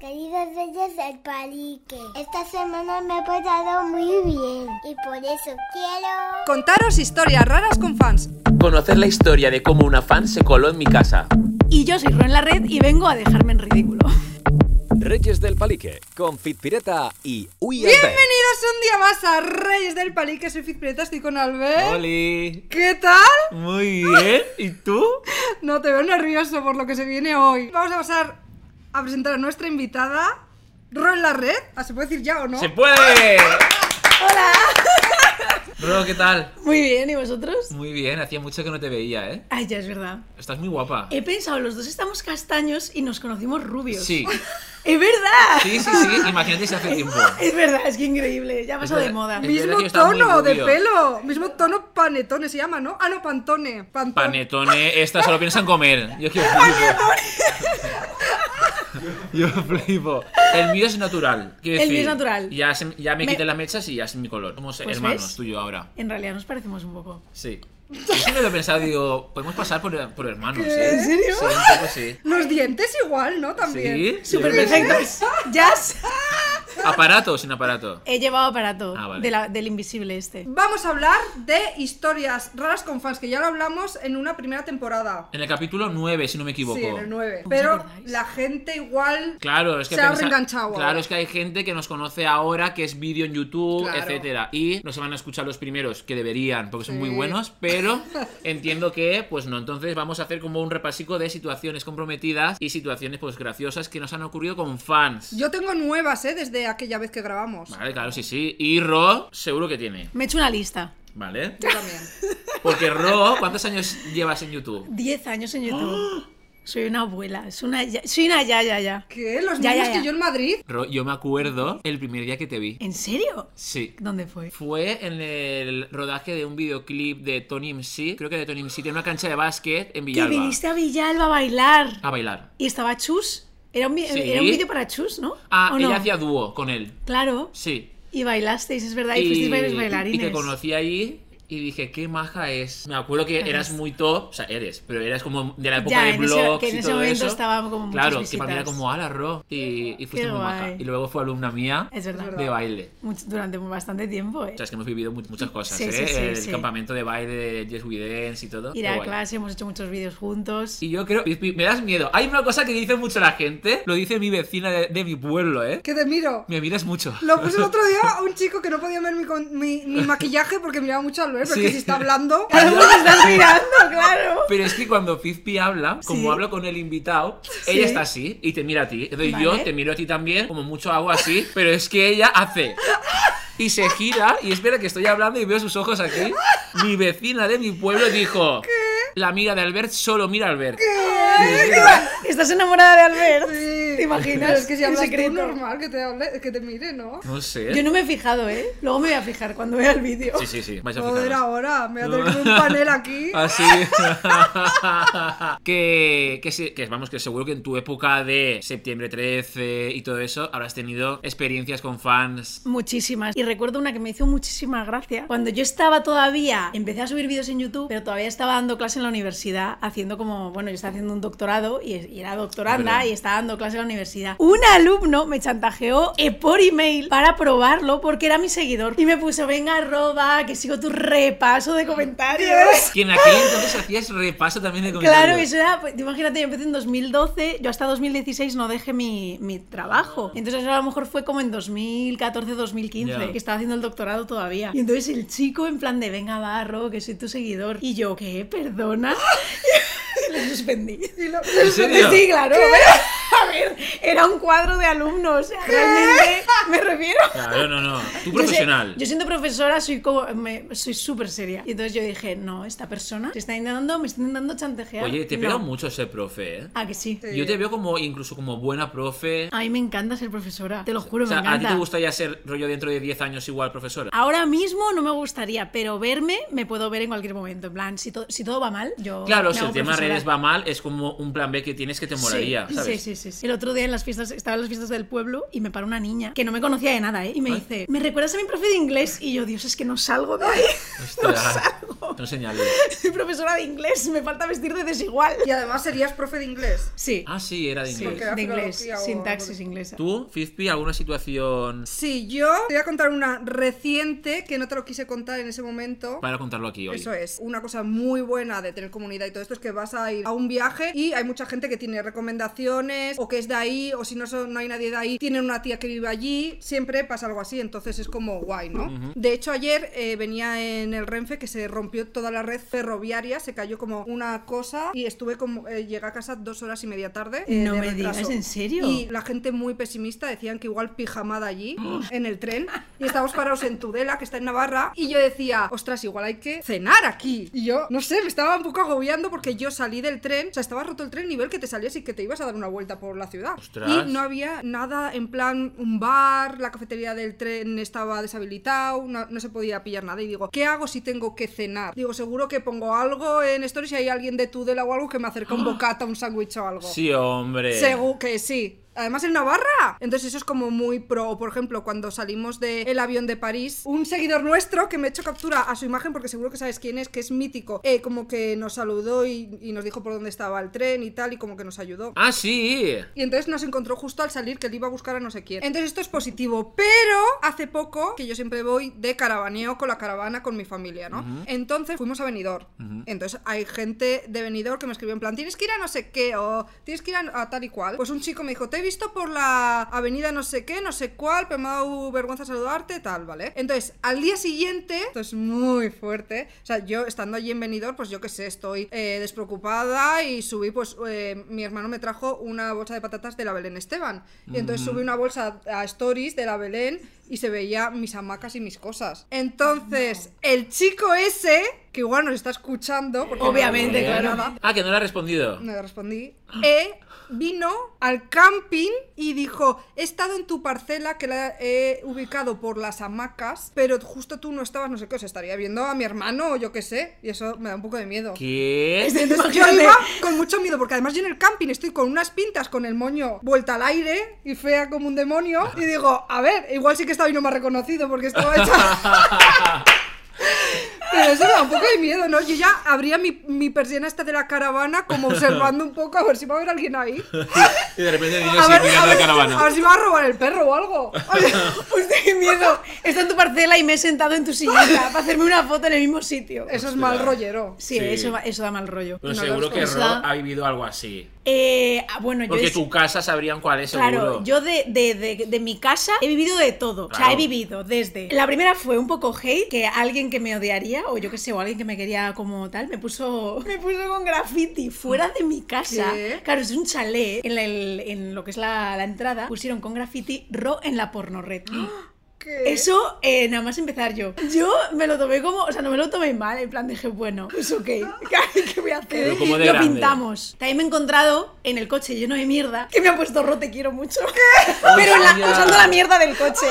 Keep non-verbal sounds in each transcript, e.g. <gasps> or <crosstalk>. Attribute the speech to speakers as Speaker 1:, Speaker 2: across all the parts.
Speaker 1: Queridas Reyes del Palique, esta semana me he portado muy bien y por eso quiero...
Speaker 2: Contaros historias raras con fans.
Speaker 3: Conocer la historia de cómo una fan se coló en mi casa.
Speaker 4: Y yo soy Ron la Red y vengo a dejarme en ridículo. <laughs>
Speaker 5: Reyes del Palique, con Fitpireta y Uy
Speaker 2: Bienvenidos un día más a Reyes del Palique, soy Fitpireta, estoy con Albert.
Speaker 6: ¡Holi!
Speaker 2: ¿Qué tal?
Speaker 6: Muy bien, ¿y tú?
Speaker 2: No te veo nervioso por lo que se viene hoy. Vamos a pasar a presentar a nuestra invitada, Ron la Red. Ah, ¿Se puede decir ya o no?
Speaker 6: ¡Se puede!
Speaker 2: ¡Hola!
Speaker 6: Bro, ¿qué tal?
Speaker 4: Muy bien, ¿y vosotros?
Speaker 6: Muy bien, hacía mucho que no te veía, ¿eh?
Speaker 4: Ay, ya es verdad.
Speaker 6: Estás muy guapa.
Speaker 4: He pensado, los dos estamos castaños y nos conocimos rubios.
Speaker 6: Sí,
Speaker 4: ¡Es verdad!
Speaker 6: sí, sí, sí, imagínate si hace tiempo.
Speaker 4: Es verdad, es que increíble. Ya ha pasado de
Speaker 6: verdad,
Speaker 4: moda.
Speaker 6: es verdad.
Speaker 2: Mismo
Speaker 6: que está muy
Speaker 2: tono de
Speaker 6: rubio.
Speaker 2: pelo, mismo tono panetone se llama, ¿no? Ah, no, pantone. Pantone.
Speaker 6: Panetone, esta solo piensan comer. Yo es que flipo. Yo flipo. El mío es natural. quiero
Speaker 4: El mío
Speaker 6: decir,
Speaker 4: es natural.
Speaker 6: Ya, se- ya me,
Speaker 4: Me-
Speaker 6: quité las mechas y ya es mi color. Somos
Speaker 4: Pues
Speaker 6: hermanos
Speaker 4: ves.
Speaker 6: tuyo ahora.
Speaker 4: En realidad nos parecemos un poco.
Speaker 6: Sí. Yo siempre lo he pensado, digo, podemos pasar por, por hermanos, ¿eh?
Speaker 2: ¿En serio?
Speaker 6: Sí, un poco sí.
Speaker 2: Los dientes igual, ¿no? También.
Speaker 6: Sí,
Speaker 4: Súper
Speaker 6: yo creo que sí.
Speaker 4: perfectos. Jazz.
Speaker 6: ¿Aparato o sin aparato?
Speaker 4: He llevado aparato
Speaker 6: Ah, vale.
Speaker 4: de la- del invisible este.
Speaker 2: Vamos a hablar de historias raras con fans, que ya lo hablamos en una primera temporada.
Speaker 6: En el capítulo 9, si no me equivoco.
Speaker 2: Sí, en el 9.
Speaker 4: ¿Os
Speaker 2: Pero
Speaker 4: acordáis?
Speaker 2: la gente igual.
Speaker 6: Claro, es que
Speaker 2: Se ha
Speaker 6: pensa-
Speaker 2: reenganchado
Speaker 6: Claro,
Speaker 2: ahora.
Speaker 6: es que hay gente que nos conoce ahora, que es vídeo en YouTube,
Speaker 2: Claro.
Speaker 6: etcétera. Y no se van a escuchar los primeros, que deberían, porque son muy
Speaker 2: Sí.
Speaker 6: buenos,
Speaker 2: <laughs>
Speaker 6: pero entiendo que, pues no. Entonces vamos a hacer como un repasico de situaciones comprometidas y situaciones, pues graciosas que nos han ocurrido con fans.
Speaker 2: Yo tengo nuevas, ¿eh? Desde aquella vez que grabamos.
Speaker 6: Vale, claro, sí, sí. Y Ro, seguro que tiene,
Speaker 4: Me he hecho una lista.
Speaker 6: ¿vale?
Speaker 2: Yo
Speaker 4: <laughs>
Speaker 2: también.
Speaker 6: Porque Ro, ¿cuántos años llevas en YouTube?
Speaker 4: 10 años en YouTube.
Speaker 6: ¡Ah!
Speaker 4: Soy una abuela. Es una ya- soy una ya, ya, ya.
Speaker 2: ¿Qué? ¿Los
Speaker 4: Ya,
Speaker 2: niños
Speaker 4: ya, ya.
Speaker 2: que yo en Madrid?
Speaker 6: Ro, yo me acuerdo el primer día que te vi.
Speaker 4: ¿En serio?
Speaker 6: Sí.
Speaker 4: ¿Dónde fue?
Speaker 6: Fue en el rodaje de un videoclip de Tony MC, creo que de Tony MC, tiene una cancha de básquet en
Speaker 4: Que
Speaker 6: Villalba.
Speaker 4: viniste a Villalba a bailar.
Speaker 6: A bailar.
Speaker 4: Y estaba Chus. Era un, vi-
Speaker 6: Sí.
Speaker 4: era un vídeo para Chus, ¿no?
Speaker 6: Ah,
Speaker 4: ¿O
Speaker 6: ella
Speaker 4: no?
Speaker 6: hacía dúo con él.
Speaker 4: Claro.
Speaker 6: Sí.
Speaker 4: Y bailasteis, es verdad. Y, fuisteis varios bailarines.
Speaker 6: y te conocí ahí y dije, qué maja es. Me acuerdo que eras muy top, o sea, eres, pero eras como de la época
Speaker 4: Ya,
Speaker 6: de
Speaker 4: en ese-
Speaker 6: blogs
Speaker 4: que en
Speaker 6: y
Speaker 4: ese
Speaker 6: todo
Speaker 4: momento
Speaker 6: eso.
Speaker 4: estaba como muchas
Speaker 6: Claro, que
Speaker 4: visitas.
Speaker 6: para mí era como ala, Ro. Y, y fuiste
Speaker 4: Qué
Speaker 6: muy maja.
Speaker 4: guay.
Speaker 6: Y luego fue alumna mía
Speaker 4: Es verdad.
Speaker 6: de baile.
Speaker 4: Mucho- durante bastante tiempo, ¿eh?
Speaker 6: O sea, es que hemos vivido mu- muchas cosas,
Speaker 4: Sí,
Speaker 6: ¿eh?
Speaker 4: sí, sí,
Speaker 6: el
Speaker 4: sí.
Speaker 6: campamento de baile de Yes We Dance y todo.
Speaker 4: Ir
Speaker 6: Qué
Speaker 4: a
Speaker 6: guay.
Speaker 4: clase, hemos hecho muchos vídeos juntos.
Speaker 6: Y yo creo, me das miedo. Hay una cosa que dice mucho la gente, lo dice mi vecina de, de mi pueblo, ¿eh?
Speaker 2: Que te miro.
Speaker 6: Me miras
Speaker 4: <laughs>
Speaker 6: mucho.
Speaker 2: Lo puse el otro día a un chico que no podía ver mi, con- mi,
Speaker 6: <laughs>
Speaker 2: mi maquillaje porque miraba mucho al ver, porque
Speaker 6: Sí.
Speaker 2: si está
Speaker 6: <laughs>
Speaker 2: hablando.
Speaker 4: ¡Nos estás mirando, <laughs> claro!
Speaker 6: Pero es que cuando Fizpi habla, como
Speaker 4: Sí.
Speaker 6: hablo con el invitado, ella está así y te mira a ti. Entonces yo
Speaker 4: Vale.
Speaker 6: te miro a ti también, como mucho hago así, pero es que ella hace. Y se gira y espera que estoy hablando y veo sus ojos aquí. Mi vecina de mi pueblo dijo: La amiga de Albert solo mira a Albert. Y es verdad.
Speaker 4: ¿Estás enamorada de Albert?
Speaker 2: Sí.
Speaker 4: ¿Te imaginas?
Speaker 2: Pero es que si
Speaker 4: En
Speaker 2: hablas
Speaker 4: secreto.
Speaker 2: tú, normal que te, hable- que te mire, ¿no?
Speaker 6: No sé.
Speaker 4: Yo no me he fijado, ¿eh? Luego me voy a fijar cuando vea el vídeo.
Speaker 6: Sí, sí, sí. Vais a
Speaker 2: Joder,
Speaker 6: fijaros.
Speaker 2: ahora me voy a tener
Speaker 6: <laughs>
Speaker 2: un panel aquí.
Speaker 6: Así. que, que, sí, que vamos, que seguro que en tu época de septiembre 13 y todo eso habrás tenido experiencias con fans.
Speaker 4: Muchísimas. Y recuerdo una que me hizo muchísima gracia. Cuando yo estaba todavía, empecé a subir vídeos en YouTube, pero todavía estaba dando clase en la universidad, haciendo como, bueno, yo estaba haciendo un doctorado y, y era
Speaker 6: Es
Speaker 4: doctoranda
Speaker 6: verdad.
Speaker 4: y estaba dando clase en la universidad. Un alumno me chantajeó eh, por email para probarlo porque era mi seguidor y me puso, venga, arroba, que sigo tu repaso de comentarios.
Speaker 6: Que en aquel entonces hacías repaso también de comentarios.
Speaker 4: Claro, eso era, pues, imagínate, yo empecé en 2012, yo hasta 2016 no dejé mi, mi trabajo. Entonces eso a lo mejor fue como en 2014, 2015,
Speaker 6: Ya.
Speaker 4: que estaba haciendo el doctorado todavía. Y entonces el chico en plan de, venga, barro, que soy tu seguidor. Y yo, ¿qué? ¿Perdona? <laughs> Y Lo suspendí.
Speaker 2: Y lo-
Speaker 6: ¿En serio?
Speaker 4: Sí, claro. pero, a ver, era un cuadro de alumnos. o sea, Realmente
Speaker 6: <laughs>
Speaker 4: me refiero.
Speaker 6: Claro, no, no. Tú
Speaker 4: Yo
Speaker 6: profesional.
Speaker 4: sé- Yo, siendo profesora soy como me- soy súper seria. Y entonces yo dije, no, esta persona se está intentando, me está intentando chantajear.
Speaker 6: Oye, te
Speaker 4: No.
Speaker 6: pega mucho ser profe, ¿eh?
Speaker 4: Ah, que sí.
Speaker 2: Sí.
Speaker 6: Yo te veo como incluso como buena profe.
Speaker 4: A mí me encanta ser profesora, te lo juro,
Speaker 6: o sea,
Speaker 4: me
Speaker 6: ¿a ti
Speaker 4: encanta. Ah,
Speaker 6: te gustaría ser rollo dentro de 10 años igual profesora?
Speaker 4: Ahora mismo no me gustaría, pero verme me puedo ver en cualquier momento. En plan, si, to- si todo va mal, yo.
Speaker 6: Claro,
Speaker 4: me
Speaker 6: si
Speaker 4: hago
Speaker 6: el tema
Speaker 4: profesora.
Speaker 6: redes va mal, es como un plan B que tienes que te
Speaker 4: Sí,
Speaker 6: molaría,
Speaker 4: sí,
Speaker 6: ¿sabes?
Speaker 4: Sí, sí, sí. El otro día en las fiestas, estaba en las fiestas del pueblo y me paró una niña que no no me conocía de nada, ¿eh? Y me dice, ¿me recuerdas a mi profe de inglés? Y yo, Dios, es que no salgo de ahí. <laughs> No salgo.
Speaker 6: no señales.
Speaker 4: Soy profesora de inglés, me falta vestir de desigual.
Speaker 2: Y además serías profe de inglés.
Speaker 4: Sí,
Speaker 6: Ah, sí, era de
Speaker 4: sí,
Speaker 6: inglés.
Speaker 2: Porque
Speaker 4: de inglés,
Speaker 2: filología o
Speaker 4: sintaxis
Speaker 2: algo
Speaker 4: inglesa. <laughs>
Speaker 6: ¿Tú, Fizpi, alguna situación
Speaker 2: Sí, yo te voy a contar una reciente que no te lo quise contar en ese momento.
Speaker 6: para contarlo aquí hoy?
Speaker 2: Eso es. Una cosa muy buena de tener comunidad y todo esto es que vas a ir a un viaje y hay mucha gente que tiene recomendaciones o que es de ahí o si no, son- no hay nadie de ahí, tienen una tía que vive allí, siempre pasa algo así, entonces es como guay, ¿no? De hecho, ayer eh, venía en el Renfe que se rompió toda la red ferroviaria, se cayó como una cosa y estuve como, eh, llegué a casa dos horas y media tarde. eh,
Speaker 4: No
Speaker 2: de
Speaker 4: me digas,
Speaker 2: retraso.
Speaker 4: ¿en serio?
Speaker 2: Y la gente muy pesimista decían que igual pijamada
Speaker 6: <gasps>
Speaker 2: allí en el tren y estábamos parados en Tudela que está en Navarra y yo decía ostras igual hay que cenar aquí y yo no sé me estaba un poco agobiando porque yo salí del tren o sea estaba roto el tren nivel que te salías y que te ibas a dar una vuelta por la ciudad
Speaker 6: Ostras.
Speaker 2: y no había nada en plan un bar la cafetería del tren estaba deshabilitado no, no se podía pillar nada y digo ¿qué hago si tengo que cenar? digo seguro que pongo algo en stories si hay alguien de Tudela o algo que me acerca
Speaker 6: <gasps>
Speaker 2: un bocata un sándwich o algo
Speaker 6: Sí, hombre.
Speaker 2: Seguro que sí. Además en Navarra. Entonces eso es como muy pro. Por ejemplo, cuando salimos del avión de París, un seguidor nuestro que me ha hecho captura a su imagen, porque seguro que sabes quién es, que es mítico, eh, como que nos saludó y, y nos dijo por dónde estaba el tren y tal, y como que nos ayudó.
Speaker 6: Ah, sí.
Speaker 2: Y entonces nos encontró justo al salir que él iba a buscar a no sé quién. Entonces esto es positivo. Pero hace poco, que yo siempre voy de caravaneo con la caravana con mi familia, ¿no? Entonces fuimos a Benidorm. Entonces hay gente de Benidorm que me escribió en plan, tienes que ir a no sé qué o tienes que ir a, a tal y cual. Pues un chico me dijo, te he visto por la avenida no sé qué, no sé cuál, pero me ha dado vergüenza saludarte, tal, ¿vale? Entonces al día siguiente, esto es muy fuerte, o sea, yo estando allí en Benidorm, pues yo qué sé, estoy eh, despreocupada y subí, pues eh, mi hermano me trajo una bolsa de patatas de la Belén Esteban. Y entonces subí una bolsa a Stories de la Belén y se veía mis hamacas y mis cosas. Entonces, el chico ese, que igual nos está escuchando, porque
Speaker 4: Obviamente,
Speaker 2: no me
Speaker 4: claro.
Speaker 2: nada,
Speaker 6: Ah, que no le ha respondido.
Speaker 2: no le respondí, eh, vino al camping y dijo, he estado en tu parcela que la he ubicado por las hamacas, pero justo tú no estabas, no sé qué, os estaría viendo a mi hermano o yo qué sé, y eso me da un poco de miedo.
Speaker 6: ¿Qué?
Speaker 2: Entonces, yo
Speaker 4: Imagínate.
Speaker 2: iba con mucho miedo, porque además yo en el camping estoy con unas pintas con el moño vuelta al aire y fea como un demonio. Y digo, a ver, igual sí que estaba y no me ha reconocido porque estaba hecha. <laughs> Pero eso me da un poco de miedo, ¿no? Yo ya abría mi, mi persiana esta de la caravana como observando un poco a ver si va a haber alguien ahí.
Speaker 6: Y de repente el niño
Speaker 2: A
Speaker 6: así
Speaker 2: ver, a
Speaker 6: mirando la
Speaker 2: ver- a
Speaker 6: caravana.
Speaker 2: ver si me va a robar el perro o algo.
Speaker 4: <laughs> Pues qué miedo. Está en tu parcela y me he sentado en tu sillita para hacerme una foto en el mismo sitio.
Speaker 2: Eso es mal rollero.
Speaker 4: Sí,
Speaker 6: Sí. Pues
Speaker 4: Eso, va- eso da mal rollo.
Speaker 6: Pero
Speaker 2: no
Speaker 6: seguro
Speaker 2: lo
Speaker 6: que
Speaker 4: has
Speaker 6: Rod
Speaker 4: pensado.
Speaker 6: ha vivido algo así.
Speaker 4: Eh, ah, bueno, yo
Speaker 6: Porque
Speaker 4: es-
Speaker 6: tu casa sabrían cuál es, seguro.
Speaker 4: Claro, yo de, de- de- de mi casa he vivido de todo. O sea,
Speaker 6: Claro.
Speaker 4: he vivido desde. La primera fue un poco hate, que alguien que me odiaría, o yo qué sé, o alguien que me quería como tal, me puso, <laughs> me puso con graffiti fuera de mi casa.
Speaker 2: ¿Qué?
Speaker 4: Claro, es un chalet. En, la- el- en lo que es la, la entrada, pusieron con graffiti ro en la porno red.
Speaker 2: ¿Qué?
Speaker 4: Eso, eh, nada más empezar yo. Yo me lo tomé como, o sea, no me lo tomé mal, en plan dije, bueno, pues ok, <laughs> ¿qué voy a hacer?
Speaker 6: Pero como de
Speaker 4: lo
Speaker 6: grande.
Speaker 4: pintamos. También me he encontrado en el coche lleno de mierda, que me ha puesto Ro, te quiero mucho. <laughs> Pero en la-
Speaker 6: Hostia.
Speaker 4: usando la mierda del coche.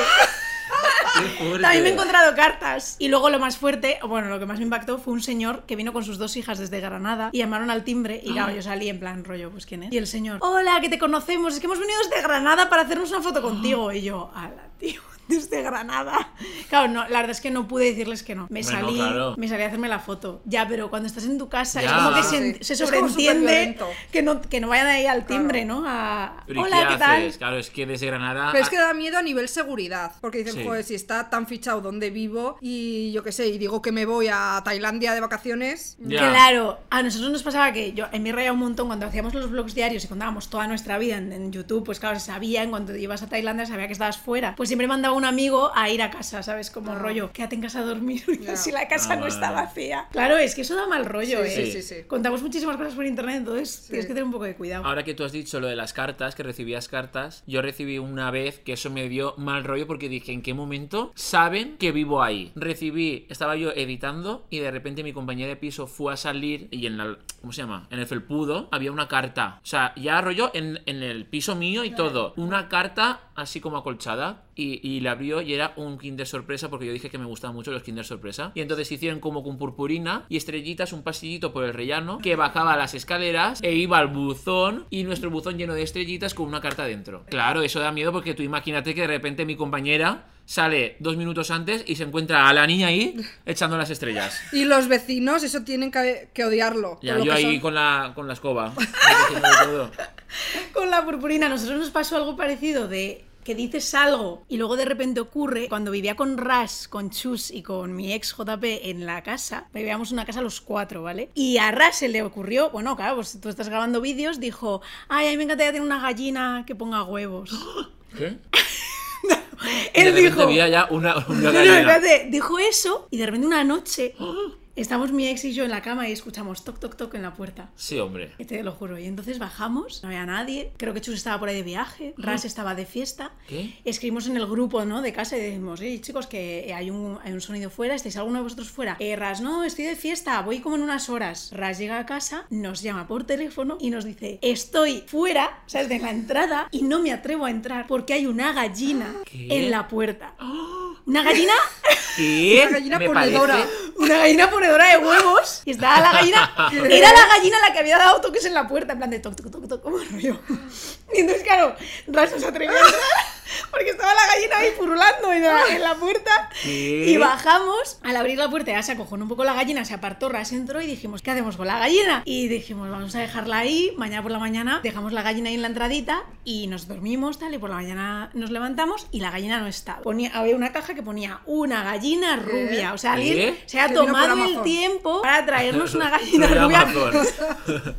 Speaker 6: Qué fuerte.
Speaker 4: También me he encontrado cartas. Y luego lo más fuerte, o bueno, lo que más me impactó fue un señor que vino con sus dos hijas desde Granada y llamaron al timbre. Y
Speaker 6: Ah.
Speaker 4: claro, yo salí en plan rollo, pues quién es. Y el señor, hola, que te conocemos, es que hemos venido desde Granada para hacernos una foto
Speaker 6: Ah.
Speaker 4: contigo. Y yo, ala, tío. <laughs> Desde Granada. Claro, no, la verdad es que no pude decirles que no.
Speaker 6: Hombre,
Speaker 4: Me
Speaker 6: no,
Speaker 4: salí,
Speaker 6: claro.
Speaker 4: me salí a hacerme la foto. Ya, pero cuando estás en tu casa es
Speaker 6: Ya.
Speaker 4: como que
Speaker 2: Sí,
Speaker 4: se,
Speaker 2: sí.
Speaker 4: se
Speaker 2: Es como
Speaker 4: sobreentiende
Speaker 2: superviolento.
Speaker 4: que no, que no vayan ahí al timbre, ¿no? A,
Speaker 6: Pero ¿y
Speaker 4: hola,
Speaker 6: qué,
Speaker 4: ¿qué,
Speaker 6: haces?
Speaker 4: tal?
Speaker 6: Claro, es que desde Granada. Ah,
Speaker 2: Pero es que da miedo a nivel seguridad, porque dicen,
Speaker 6: Sí.
Speaker 2: joder, si está tan fichado donde vivo y yo qué sé, y digo que me voy a Tailandia de vacaciones,
Speaker 6: Ya.
Speaker 4: Claro, a nosotros nos pasaba que yo, en mi raya un montón, cuando hacíamos los blogs diarios y contábamos toda nuestra vida en, en YouTube, pues claro, se sabía, en cuanto ibas a Tailandia, sabía que estabas fuera. Pues siempre mandaba un amigo a ir a casa, ¿sabes? Como rollo, quédate en casa a dormir
Speaker 2: Ah.
Speaker 4: <laughs>
Speaker 2: Ya.
Speaker 4: si la casa
Speaker 6: Ah,
Speaker 4: no está
Speaker 6: vale.
Speaker 4: vacía. Claro, es que eso da mal rollo,
Speaker 2: Sí,
Speaker 4: ¿eh?
Speaker 2: sí, sí, sí.
Speaker 4: Contamos muchísimas cosas por internet, entonces tienes que tener un poco de cuidado.
Speaker 6: Ahora que tú has dicho lo de las cartas, que recibías cartas, yo recibí una vez que eso me dio mal rollo porque dije, ¿en qué momento saben que vivo ahí? Recibí, estaba yo editando y de repente mi compañera de piso fue a salir y en la, ¿cómo se llama? En el felpudo había una carta. O sea, ya rollo en, en el piso mío y todo. Una carta así como acolchada. y, y la abrió y era un Kinder Sorpresa porque yo dije que me gustaban mucho los Kinder Sorpresa. Y entonces hicieron como con purpurina y estrellitas un pasillito por el rellano que bajaba las escaleras e iba al buzón y nuestro buzón lleno de estrellitas con una carta dentro. Claro, eso da miedo porque tú imagínate que de repente mi compañera sale dos minutos antes y se encuentra a la niña ahí echando las
Speaker 2: <laughs>
Speaker 6: estrellas.
Speaker 2: Y los vecinos, eso tienen que, que odiarlo.
Speaker 6: Ya,
Speaker 2: por lo
Speaker 6: yo
Speaker 2: que
Speaker 6: ahí
Speaker 2: son.
Speaker 6: con la, con
Speaker 2: <laughs>
Speaker 6: la escoba. recogiendo de todo.
Speaker 4: Con la purpurina, a nosotros nos pasó algo parecido de que dices algo y luego de repente ocurre. Cuando vivía con Ras, con Chus y con mi ex JP en la casa, vivíamos en una casa los cuatro, ¿vale? Y a Ras se le ocurrió, bueno, claro, pues tú estás grabando vídeos, dijo, ay, a mí me encantaría tener una gallina que
Speaker 6: <gasps>
Speaker 4: ponga huevos.
Speaker 6: ¿Qué? Y de
Speaker 4: Él
Speaker 6: repente
Speaker 4: dijo,
Speaker 6: veía
Speaker 4: <laughs>
Speaker 6: ya una,
Speaker 2: <laughs>
Speaker 6: una
Speaker 4: No, no,
Speaker 6: gallina.
Speaker 4: espérate, dijo eso y de repente una
Speaker 6: <gasps>
Speaker 4: noche estamos mi ex y yo en la cama y escuchamos toc, toc, toc en la puerta.
Speaker 6: Sí, hombre.
Speaker 4: Que Te lo juro. Y entonces bajamos, no había nadie. Creo que Chus estaba por ahí de viaje, Ras estaba de fiesta.
Speaker 6: ¿Qué?
Speaker 4: Escribimos en el grupo ¿no? de casa y decimos, hey chicos, que eh, hay un, hay un sonido fuera, ¿estáis alguno de vosotros fuera? Eh, Ras, no, estoy de fiesta, voy como en unas horas. Ras llega a casa, nos llama por teléfono y nos dice, estoy fuera, ¿sabes? De la entrada y no me atrevo a entrar porque hay una gallina
Speaker 6: ¿Qué?
Speaker 4: en la puerta. ¿Una gallina?
Speaker 6: ¿Qué?
Speaker 2: Una gallina
Speaker 6: Me
Speaker 2: ponedora.
Speaker 6: parece-
Speaker 4: <laughs> Una gallina ponedora de huevos. Y estaba la gallina. Era la gallina la que había dado toques en la puerta, en plan de toc, toc, toc, toc, como rollo. Y entonces, claro, Ras no se atrevió a entrar, porque estaba la gallina ahí purulando en la, en la puerta.
Speaker 6: ¿Qué?
Speaker 4: Y bajamos. Al abrir la puerta, ya se acojonó un poco la gallina, se apartó, Ras entró y dijimos, ¿qué hacemos con la gallina? Y dijimos, vamos a dejarla ahí. Mañana por la mañana dejamos la gallina ahí en la entradita y nos dormimos, tal. Y por la mañana nos levantamos y la gallina no estaba. Ponía, había una caja que ponía una gallina rubia. O sea, alguien
Speaker 6: ¿Qué?
Speaker 4: se ha
Speaker 2: Que vino por
Speaker 4: tomado el
Speaker 2: Amazon. <laughs>
Speaker 4: tiempo
Speaker 6: <laughs>
Speaker 4: para traernos una <laughs> gallina
Speaker 6: ¿Eh? Lo llama
Speaker 4: rubia.
Speaker 6: Thor.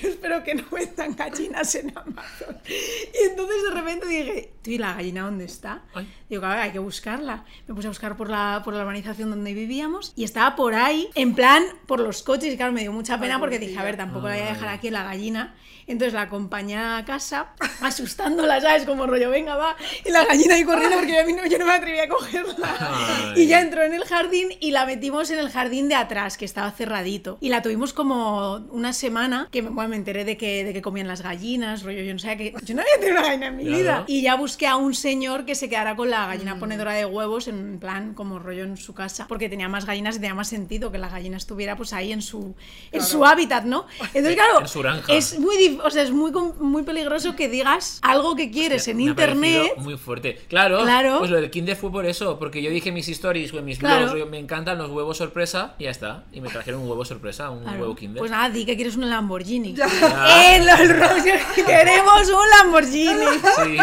Speaker 4: Yo espero que no vendan gallinas en Amazon. Y entonces de repente dije, "Tú, ¿y la gallina dónde está?
Speaker 6: Ay.
Speaker 4: Digo, a ver, hay que buscarla. Me puse a buscar por la, por la urbanización donde vivíamos y estaba por ahí, en plan, por los coches. Y claro, me dio mucha pena porque dije, a ver, tampoco la voy a dejar aquí la gallina. Entonces la acompañé a casa, <laughs> asustándola, ¿sabes? Como rollo, venga, va. Y la gallina ahí corriendo porque yo, a mí no, yo no me atreví a cogerla.
Speaker 6: Ay.
Speaker 4: Y ya entró en el jardín y la metimos en el jardín de atrás, que estaba cerradito. Y la tuvimos como una semana, que bueno, me enteré de que, de que comían las gallinas, rollo, yo no sabía que... Yo no había tenido una gallina en mi
Speaker 6: Claro.
Speaker 4: vida. Y ya busqué a un señor que se quedara con la gallina ponedora de huevos en plan como rollo en su casa, porque tenía más gallinas y tenía más sentido que la gallina estuviera pues ahí en su, en su hábitat, ¿no?
Speaker 6: <laughs>
Speaker 4: Entonces, claro,
Speaker 6: En su granja.
Speaker 4: es muy, dif- o sea, es muy, com- muy peligroso que digas algo que quieres en
Speaker 6: Me ha parecido
Speaker 4: internet.
Speaker 6: Muy fuerte. Claro,
Speaker 4: Claro.
Speaker 6: Pues lo del Kinder fue por eso, porque yo dije en mis stories o en mis
Speaker 4: Claro.
Speaker 6: blogs, rollo, me encantan los huevos sorpresa, y ya está. Y me trajeron un huevo sorpresa, un
Speaker 4: Claro.
Speaker 6: huevo Kinder.
Speaker 4: Pues nada, di que quieres un Lamborghini.
Speaker 6: Ya.
Speaker 4: <laughs> En los Rogers queremos un
Speaker 6: <laughs>
Speaker 4: Lamborghini.
Speaker 6: Sí,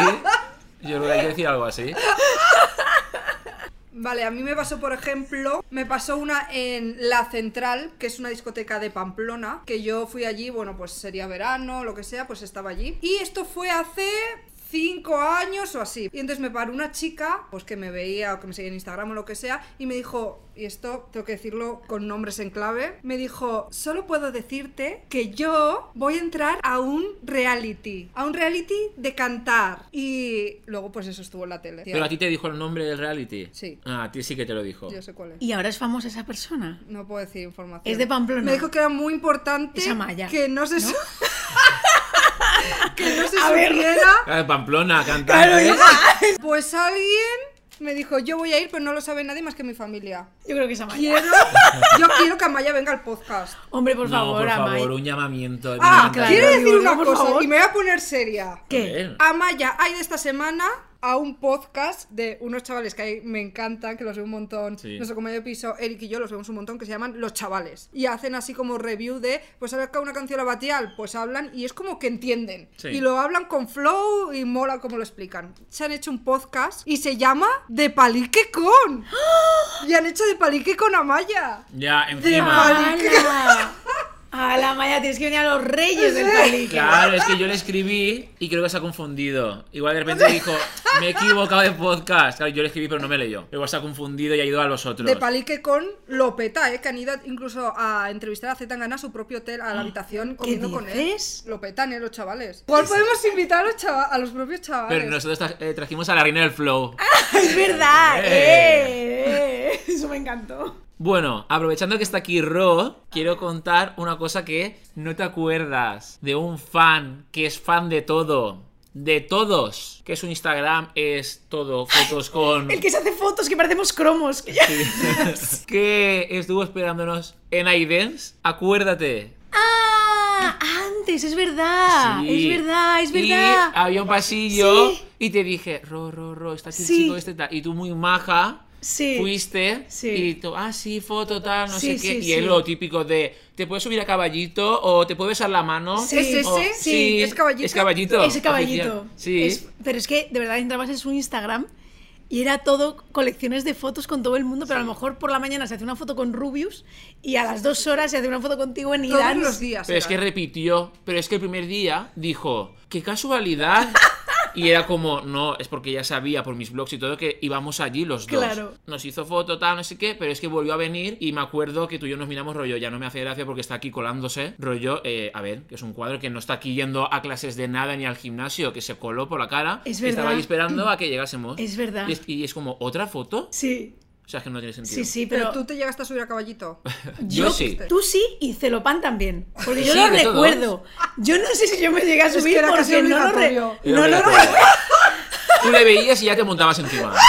Speaker 6: yo creo que hay que decir algo
Speaker 4: <laughs>
Speaker 6: así.
Speaker 2: Vale, a mí me pasó, por ejemplo, me pasó una en La Central, que es una discoteca de Pamplona, que yo fui allí, bueno, pues sería verano, lo que sea, pues estaba allí. Y esto fue hace cinco años o así. Y entonces me paró una chica, pues que me veía o que me seguía en Instagram o lo que sea, y me dijo, y esto tengo que decirlo con nombres en clave, me dijo, solo puedo decirte que yo voy a entrar a un reality, a un reality de cantar. Y luego pues eso estuvo en la tele.
Speaker 6: Pero a ti te dijo el nombre del reality.
Speaker 2: Sí.
Speaker 6: Ah, a ti sí que te lo dijo.
Speaker 2: Yo sé cuál es.
Speaker 4: Y ahora es famosa esa persona.
Speaker 2: No puedo decir información.
Speaker 4: Es de Pamplona.
Speaker 2: Me dijo que era muy importante
Speaker 4: Es Amaya,
Speaker 2: que no se
Speaker 4: <laughs>
Speaker 2: su- que no se
Speaker 4: A ver.
Speaker 2: supiera.
Speaker 6: Ah, Pamplona, ¿eh? cantante.
Speaker 2: Pues alguien me dijo, yo voy a ir, pero no lo sabe nadie más que mi familia.
Speaker 4: Yo creo que es Amaya.
Speaker 2: Quiero, yo quiero que Amaya venga al podcast.
Speaker 4: Hombre, por
Speaker 6: no,
Speaker 4: favor,
Speaker 6: por favor,
Speaker 4: Amaya.
Speaker 6: un llamamiento. me
Speaker 2: Ah,
Speaker 6: encanta.
Speaker 4: claro.
Speaker 2: quiero
Speaker 4: digo,
Speaker 2: decir
Speaker 4: no,
Speaker 2: una
Speaker 4: por
Speaker 2: cosa
Speaker 4: favor.
Speaker 2: y me voy a poner seria.
Speaker 6: A
Speaker 4: ¿Qué?
Speaker 6: ver.
Speaker 2: Amaya ha ido esta semana a un podcast de unos chavales que ahí me encantan, que los veo un montón.
Speaker 6: Sí.
Speaker 2: Nuestro compañero de piso, Eric y yo, los vemos un montón, que se llaman Los Chavales. Y hacen así como review de, pues ahora que una canción la batial, pues hablan y es como que entienden.
Speaker 6: Sí.
Speaker 2: Y lo hablan con flow y mola como lo explican. Se han hecho un podcast y se llama De Palique
Speaker 6: <gasps>
Speaker 2: con. Y han hecho De Palique con Amaya.
Speaker 6: Ya,
Speaker 2: De
Speaker 6: encima.
Speaker 2: Palique.
Speaker 4: <laughs> ¡Hala! ¡Hala, Amaya! Tienes que venir a los reyes del
Speaker 6: <laughs>
Speaker 4: palique.
Speaker 6: Claro, es que yo le escribí y creo que se ha confundido. Igual de repente dijo, me he equivocado de podcast. Claro, yo le escribí pero no me leyó. Luego se ha confundido y ha ido a los otros.
Speaker 2: De palique con Lopeta, ¿eh? que han ido incluso a entrevistar a Zetangana a su propio hotel, a la habitación, comiendo con él.
Speaker 4: Ah, dices?
Speaker 2: Lopetan, ¿eh? los chavales. ¿Cuál podemos invitar a los, chava- a los propios chavales?
Speaker 6: Pero nosotros tra- eh, trajimos a la reina del flow.
Speaker 4: ¡Es verdad!
Speaker 6: Eh.
Speaker 4: ¡Eh! eh. Eso me encantó.
Speaker 6: Bueno, aprovechando que está aquí Ro, quiero contar una cosa que no te acuerdas de un fan que es fan de todo. de todos, que su Instagram es todo fotos con...
Speaker 4: El que se hace fotos que parecemos cromos. que ya-
Speaker 6: Sí. que estuvo esperándonos en iDance, acuérdate.
Speaker 4: ¡Ah! Antes, es verdad.
Speaker 6: Sí.
Speaker 4: Es verdad, es
Speaker 6: Y
Speaker 4: verdad.
Speaker 6: había un pasillo
Speaker 4: Sí.
Speaker 6: y te dije, ro, ro, ro, está aquí un
Speaker 4: Sí.
Speaker 6: chico este tal. Y tú muy maja.
Speaker 4: Sí.
Speaker 6: Fuiste
Speaker 4: Sí.
Speaker 6: y tú, ah, sí, foto, tal, no
Speaker 4: Sí,
Speaker 6: sé qué.
Speaker 4: sí,
Speaker 6: y es
Speaker 4: sí.
Speaker 6: lo típico de, te puedes subir a caballito o te puedes besar la mano.
Speaker 4: Sí. Oh,
Speaker 2: ¿Es ese?
Speaker 6: o-
Speaker 2: Sí.
Speaker 6: sí,
Speaker 2: ¿Es caballito?
Speaker 6: Es caballito.
Speaker 4: Ese caballito.
Speaker 6: oficial. Sí.
Speaker 4: Es- pero es que de verdad entrabas en su Instagram y era todo colecciones de fotos con todo el mundo, pero a lo mejor por la mañana se hace una foto con Rubius y a las dos horas se hace una foto contigo en
Speaker 2: Todos
Speaker 4: Irán.
Speaker 2: los días.
Speaker 6: Pero es que
Speaker 2: era.
Speaker 6: repitió, pero es que el primer día dijo, qué casualidad.
Speaker 4: <laughs>
Speaker 6: Y era como, no, es porque ya sabía por mis blogs y todo que íbamos allí los dos.
Speaker 4: Claro.
Speaker 6: Nos hizo foto, tal, no sé qué, pero es que volvió a venir y me acuerdo que tú y yo nos miramos rollo, ya no me hace gracia porque está aquí colándose. Rollo, eh, a ver, que es un cuadro que no está aquí yendo a clases de nada ni al gimnasio, que se coló por la cara.
Speaker 4: Es
Speaker 6: y Estaba
Speaker 4: verdad.
Speaker 6: ahí esperando a que llegásemos.
Speaker 4: Es verdad.
Speaker 6: Y es, y es como, ¿otra foto?
Speaker 4: Sí,
Speaker 6: O sea, es que no tiene sentido.
Speaker 4: sí, sí, pero,
Speaker 2: Pero tú te llegaste a subir a caballito.
Speaker 6: Yo sí.
Speaker 4: tú sí y Celopan también. Porque yo
Speaker 6: Sí,
Speaker 4: lo
Speaker 6: de todos.
Speaker 4: recuerdo. Yo no sé si yo me llegué a
Speaker 2: que
Speaker 4: subir
Speaker 2: era casi
Speaker 4: porque no lo, re-
Speaker 2: obligatorio.
Speaker 6: Era
Speaker 4: no lo
Speaker 6: obligatorio. Tú le veías y ya te montabas encima.
Speaker 4: <laughs>